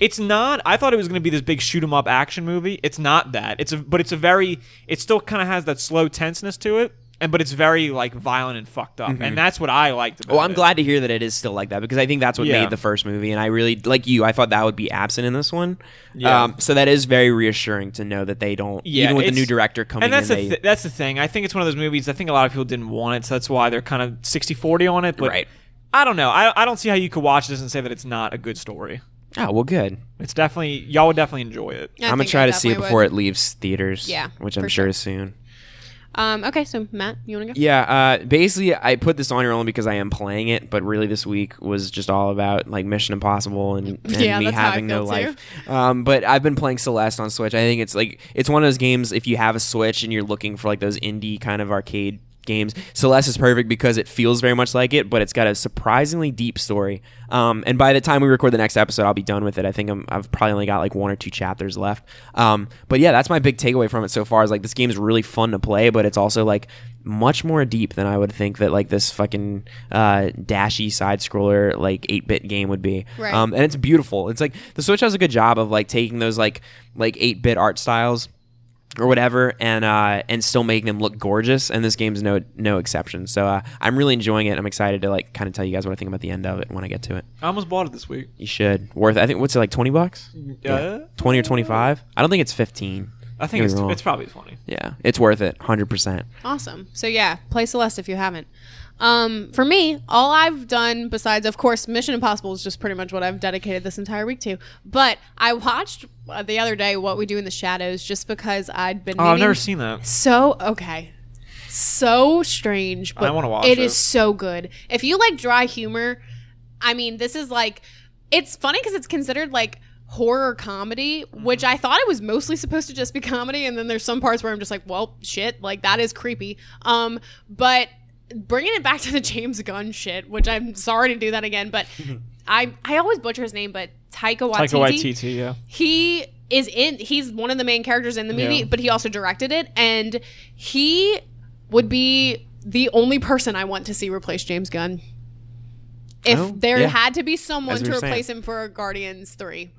E: it's not. I thought it was going to be this big shoot 'em up action movie. It's not that. It's a but it's a very. It still kind of has that slow tenseness to it, and but it's very like violent and fucked up, and that's what I liked. about
C: Well, Oh, I'm
E: it.
C: glad to hear that it is still like that because I think that's what
E: Yeah.
C: made the first movie, and I really like you. I thought that would be absent in this one.
E: Yeah.
C: Um, so that is very reassuring to know that they don't.
E: Yeah,
C: even with the
E: it's-
C: new director coming
E: and that's
C: in,
E: the
C: they,
E: th- that's the thing. I think it's one of those movies. I think a lot of people didn't want it, so that's why they're kind of 60-40 on it. But
C: Right.
E: I don't know. I, I don't see how you could watch this and say that it's not a good story.
C: Oh well, good.
E: It's definitely y'all would definitely enjoy it.
B: I
C: I'm gonna
B: think
C: try
B: I
C: to see it
B: definitely
C: before
B: would.
C: it leaves theaters.
B: Yeah,
C: which
B: for
C: I'm sure is soon.
B: Um, okay, so Matt, you want to go?
C: Yeah, uh, basically, I put this on here only because I am playing it, but really this week was just all about like Mission Impossible and, and
B: Yeah,
C: me
B: that's how I
C: having
B: feel,
C: no
B: too.
C: life. Um, but I've been playing Celeste on Switch. I think it's like it's one of those games if you have a Switch and you're looking for like those indie kind of arcade games. Celeste is perfect because it feels very much like it, but it's got a surprisingly deep story. Um, and by the time we record the next episode, I'll be done with it. I think I'm, I've probably only got like one or two chapters left. Um, but yeah, that's my big takeaway from it so far. Is like this game is really fun to play, but it's also like much more deep than I would think that like this fucking uh, dashy side scroller like eight bit game would be.
B: Right.
C: Um, and it's beautiful. It's like the Switch has a good job of like taking those like like eight bit art styles or whatever and uh and still making them look gorgeous and this game's no no exception so uh, i'm really enjoying it i'm excited to like kind of tell you guys what i think about the end of it when i get to it
E: I almost bought it this week. Uh,
C: you should worth i think what's it like 20 bucks
E: Yeah.
C: 20 or 25 i don't think it's 15
E: I think
C: Don't
E: it's,
C: get me wrong.
E: it's probably funny.
C: yeah it's worth it 100%
B: Awesome. So yeah, play Celeste if you haven't. Um, for me, all I've done besides, of course, Mission Impossible is just pretty much what I've dedicated this entire week to. But I watched uh, the other day What We Do in the Shadows just because I'd been.
E: Oh, I've never
B: meaning-
E: seen that.
B: So okay. So strange, but
E: wanna watch
B: it
E: it.
B: is so good. If you like dry humor, I mean, this is like it's funny because it's considered like horror comedy,
E: Mm-hmm.
B: which I thought it was mostly supposed to just be comedy, and then there's some parts where I'm just like, well, shit, like that is creepy. Um, but bringing it back to the James Gunn shit, which I'm sorry to do that again, but
E: Mm-hmm.
B: I I always butcher his name, but Taika
E: Like a
B: Waititi
E: YTT, yeah.
B: he is in he's one of the main characters in the movie
E: Yeah.
B: but he also directed it and he would be the only person i want to see replace james gunn if
C: Oh,
B: there
C: yeah.
B: had to be someone
C: As we
B: to
C: were saying.
B: replace him for guardians 3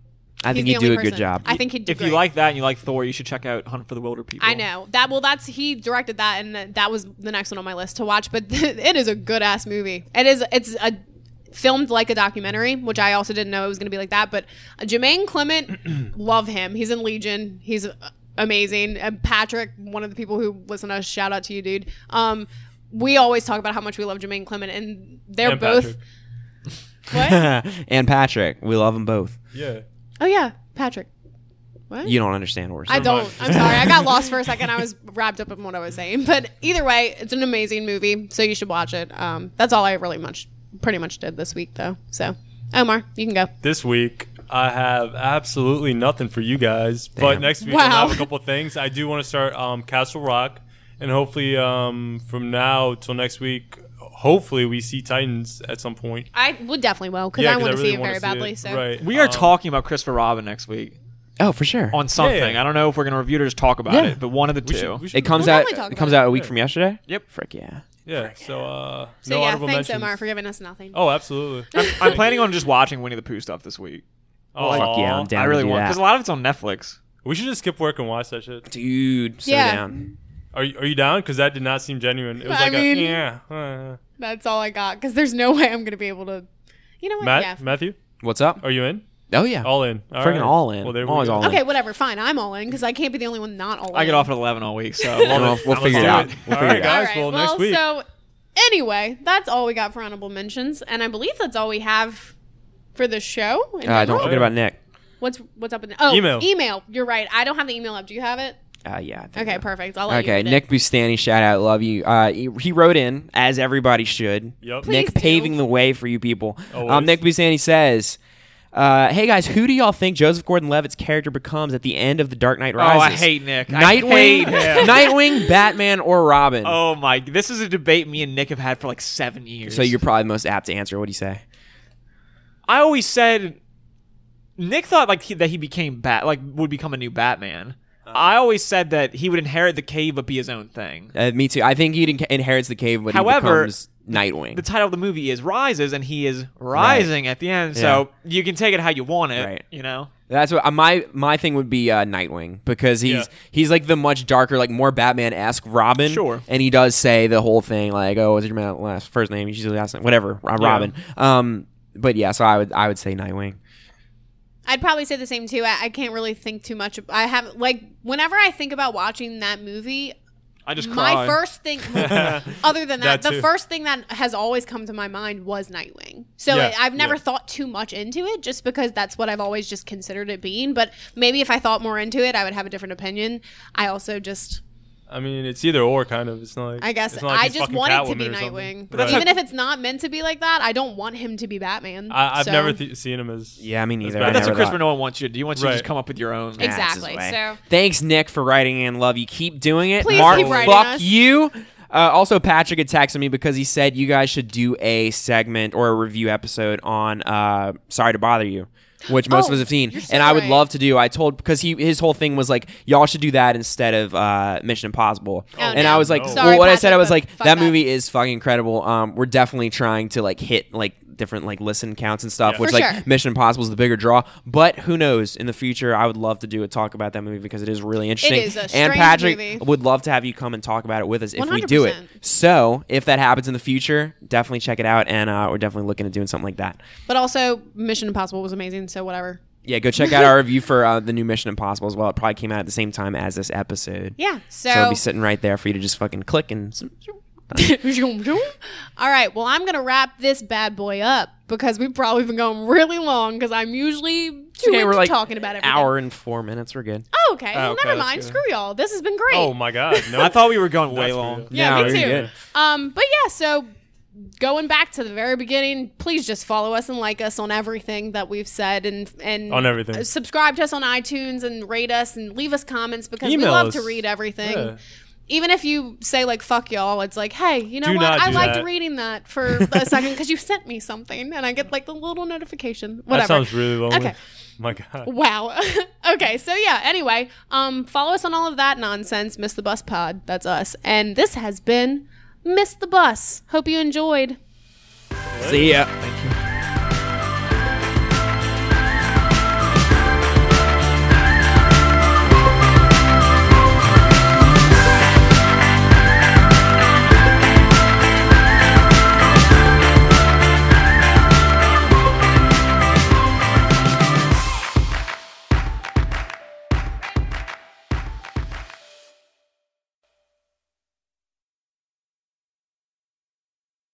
C: i think
B: He's
C: you
B: the
C: do a
B: only
C: good
B: person.
C: job
B: i think he'd do
E: If
B: great.
E: you like that and you like Thor, you should check out Hunt for the Wilder People.
B: I know that. Well, that's he directed that, and that was the next one on my list to watch. But it is a good ass movie. It is. It's a filmed like a documentary, which I also didn't know it was going to be like that. But Jermaine Clement, love him. He's in Legion. He's uh, amazing. And Patrick, one of the people who listen to us, shout out to you, dude. Um, we always talk about how much we love Jermaine Clement, and they're
D: And
B: both. What?
C: and patrick we love them both
D: Yeah.
B: Oh yeah, Patrick. What?
C: you don't understand what we're
B: I
C: saying
B: don't. I'm sorry. I got lost for a second. I was wrapped up in what I was saying. But either way, it's an amazing movie, so you should watch it. Um, that's all I really much, pretty much did this week, though. So, Omar, you can go.
D: This week I have absolutely nothing for you guys, but next week
B: Wow.
D: I'll have a couple things. I do want to start um, Castle Rock, and hopefully um, from now till next week, hopefully we see Titans at some point.
B: I would definitely will because I
D: 'cause
B: want to
D: really
B: see it
D: wanna
B: very badly. So,
D: right.
E: We are
D: Um,
E: talking about Christopher Robin next week
C: oh for sure
E: on something.
D: yeah.
E: I don't know if we're going to review it or just talk about
C: Yeah.
E: it, but one of the
D: we
E: two.
D: should- we should-
C: it comes
B: We'll
C: out
B: probably talk
C: it comes
B: about
C: out a week from yesterday
E: Yep.
C: frick yeah
D: yeah. So uh,
B: so
D: no
B: yeah,
D: honorable
B: thanks,
D: mentions.
B: Omar, for giving us nothing.
D: Oh, absolutely.
E: I'm planning on just watching Winnie the Pooh stuff this week.
D: Oh,
C: fuck yeah i'm down
E: I really
C: to do
E: want
C: that.
E: because a lot of it's on Netflix.
D: We should just skip work and watch that shit.
C: dude so
B: Yeah.
C: down
D: Are you, are you down? Because that did not seem genuine. It was
B: I
D: like
B: mean-
D: a yeah. uh.
B: That's all I got because there's no way I'm gonna be able to. You know what?
D: Matt,
B: yeah.
D: Matthew,
C: what's up
D: are you in?
C: oh yeah
D: All in. All
C: Freaking all in.
D: Well, there
C: I'm
D: we
C: always
D: go.
C: all in.
B: Okay, whatever. Fine, I'm all in because I can't be the only one not all in.
E: I get off at 11 all week, so
C: Well,
E: well,
C: we'll figure it out
D: Let's do
C: we'll
D: All
C: figure
D: right,
C: it out
D: guys.
B: All right.
D: Well,
B: Well,
D: next week.
B: so anyway, that's all we got for honorable mentions, and I believe that's all we have for the show. Is
C: uh,
B: that
C: don't
B: right?
C: forget about nick
B: what's what's up in oh
D: Email.
B: Email. You're right. I don't have the email up. Do you have it?
C: uh, yeah I think
B: Okay,
C: so.
B: perfect. I'll let you
C: Okay,
B: read it.
C: Nick Bustani, shout out, love you. Uh, he, he wrote in as everybody should.
D: Yep.
B: Please
C: Nick
B: do.
C: paving the way for you people. Um,
D: Always.
C: Nick Bustani says, uh, "Hey guys, who do y'all think Joseph Gordon-Levitt's character becomes at the end of The Dark Knight
E: Oh, I
C: Rises?"
E: hate Nick. I
C: Nightwing,
E: hate him.
C: Nightwing, Batman, or Robin.
E: Oh my! This is a debate me and Nick have had for like seven years.
C: So you're probably the most apt to answer. What do you say?
E: I always said Nick thought like he, that he became bat, like would become a new Batman.
C: Uh-huh.
E: I always said that he would inherit the cave but be his own thing.
C: Uh, me too. I think he inca- inherits the cave, but
E: However,
C: he becomes Nightwing.
E: The title of the movie is Rises, and he is rising at the end. So you can take it how you want it.
C: Right.
E: You know.
C: That's what uh, my my thing would be uh, Nightwing because he's
D: Yeah.
C: he's like the much darker, like more Batman esque Robin.
E: Sure.
C: and he does say the whole thing like, "Oh, what's your man- last first name? You should your last name, whatever." Ro- Robin. Um, but yeah, so I would I would say Nightwing.
B: I'd probably say the same too. I, I can't really think too much. ab- I have like whenever I think about watching that movie,
E: I I just cried.
B: My first thing, other than that,
D: That
B: the
D: too.
B: first thing that has always come to my mind was Nightwing. So
D: Yeah,
B: it- I've never
D: yeah.
B: thought too much into it just because that's what I've always just considered it being. But maybe if I thought more into it, I would have a different opinion. I also just,
D: I mean, it's either or kind of. It's not. Like,
B: I guess,
D: it's not like
B: I
D: he's
B: just
D: fucking
B: want it to
D: Catwoman
B: be
D: or something.
B: Nightwing.
D: Right.
B: Even if it's not meant to be like that, I don't want him to be Batman.
D: I, I've
B: So-
D: never th- seen him as.
C: Yeah, me neither.
D: bad.
C: I
D: That's
E: That's
C: never
E: what Christopher
C: thought-
E: Nolan wants you to do. He wants you to
D: Right.
E: just come up with your own.
B: Ex-
C: Nah, it's his
B: Exactly,
C: way.
B: so-
C: thanks, Nick, for writing in. Love you. Keep doing it.
B: Please
C: Mark,
B: keep writing
C: fuck
B: us.
C: you. Uh, also, Patrick is texting me because he said you guys should do a segment or a review episode on uh, "Sorry to Bother You," which most of
B: Oh,
C: us have seen,
B: you're so
C: and I would
B: right.
C: love to do. I told because he his whole thing was like y'all should do that instead of uh, Mission Impossible,
B: Oh,
C: and
B: no.
C: I was like,
D: No.
C: well,
B: Sorry,
C: what I said,
B: Patrick,
C: I was
B: but
C: like,
B: fuck
C: that
B: that.
C: movie is fucking incredible. Um, we're definitely trying to like hit like different like listen counts and stuff,
D: Yeah.
C: which
B: For
C: like
B: sure.
C: Mission Impossible is the bigger draw, but who knows? In the future, I would love to do a talk about that movie because it is really interesting.
B: is a
C: and
B: strange
C: Patrick
B: movie.
C: would love to have you come and talk about it with us if we do it.
B: 100%.
C: So if that happens in the future, definitely check it out, and uh, we're definitely looking at doing something like that.
B: But also, Mission Impossible was amazing, so whatever.
C: Yeah, go check out our review for uh, the new Mission Impossible as well. It probably came out at the same time as this episode.
B: Yeah,
C: So it'll be sitting right there for you to just fucking click and.
B: Zoom, zoom. All right. Well, I'm gonna wrap this bad boy up because we've probably been going really long because I'm usually too
C: Today
B: into
C: we're like
B: talking about it.
C: hour and four minutes. We're good.
B: Oh, okay. well,
D: okay,
B: never
D: that's
B: mind.
D: good.
B: Screw y'all. This has been great.
D: Oh my god! No,
E: I thought we were going way
D: That's
E: long.
D: real.
B: yeah,
C: No,
B: me too.
C: you're good.
B: Um, but yeah. So going back to the very beginning, please just follow us and like us on everything that we've said and and
D: On everything.
B: uh, Subscribe to us on iTunes and rate us and leave us comments because we
D: Email
B: love
D: us.
B: to read everything.
D: Yeah.
B: even if you say like fuck y'all, it's like, hey, you know
D: Do
B: what?
D: not
B: I
D: do
B: liked
D: that.
B: reading that for a second because you sent me something, and I get like the little notification. Whatever.
D: that sounds really lonely.
B: Okay.
D: My god.
B: Wow. okay, so yeah. Anyway, um, follow us on all of that nonsense. Miss the bus pod. That's us. And this has been Miss the Bus. Hope you enjoyed.
C: See ya.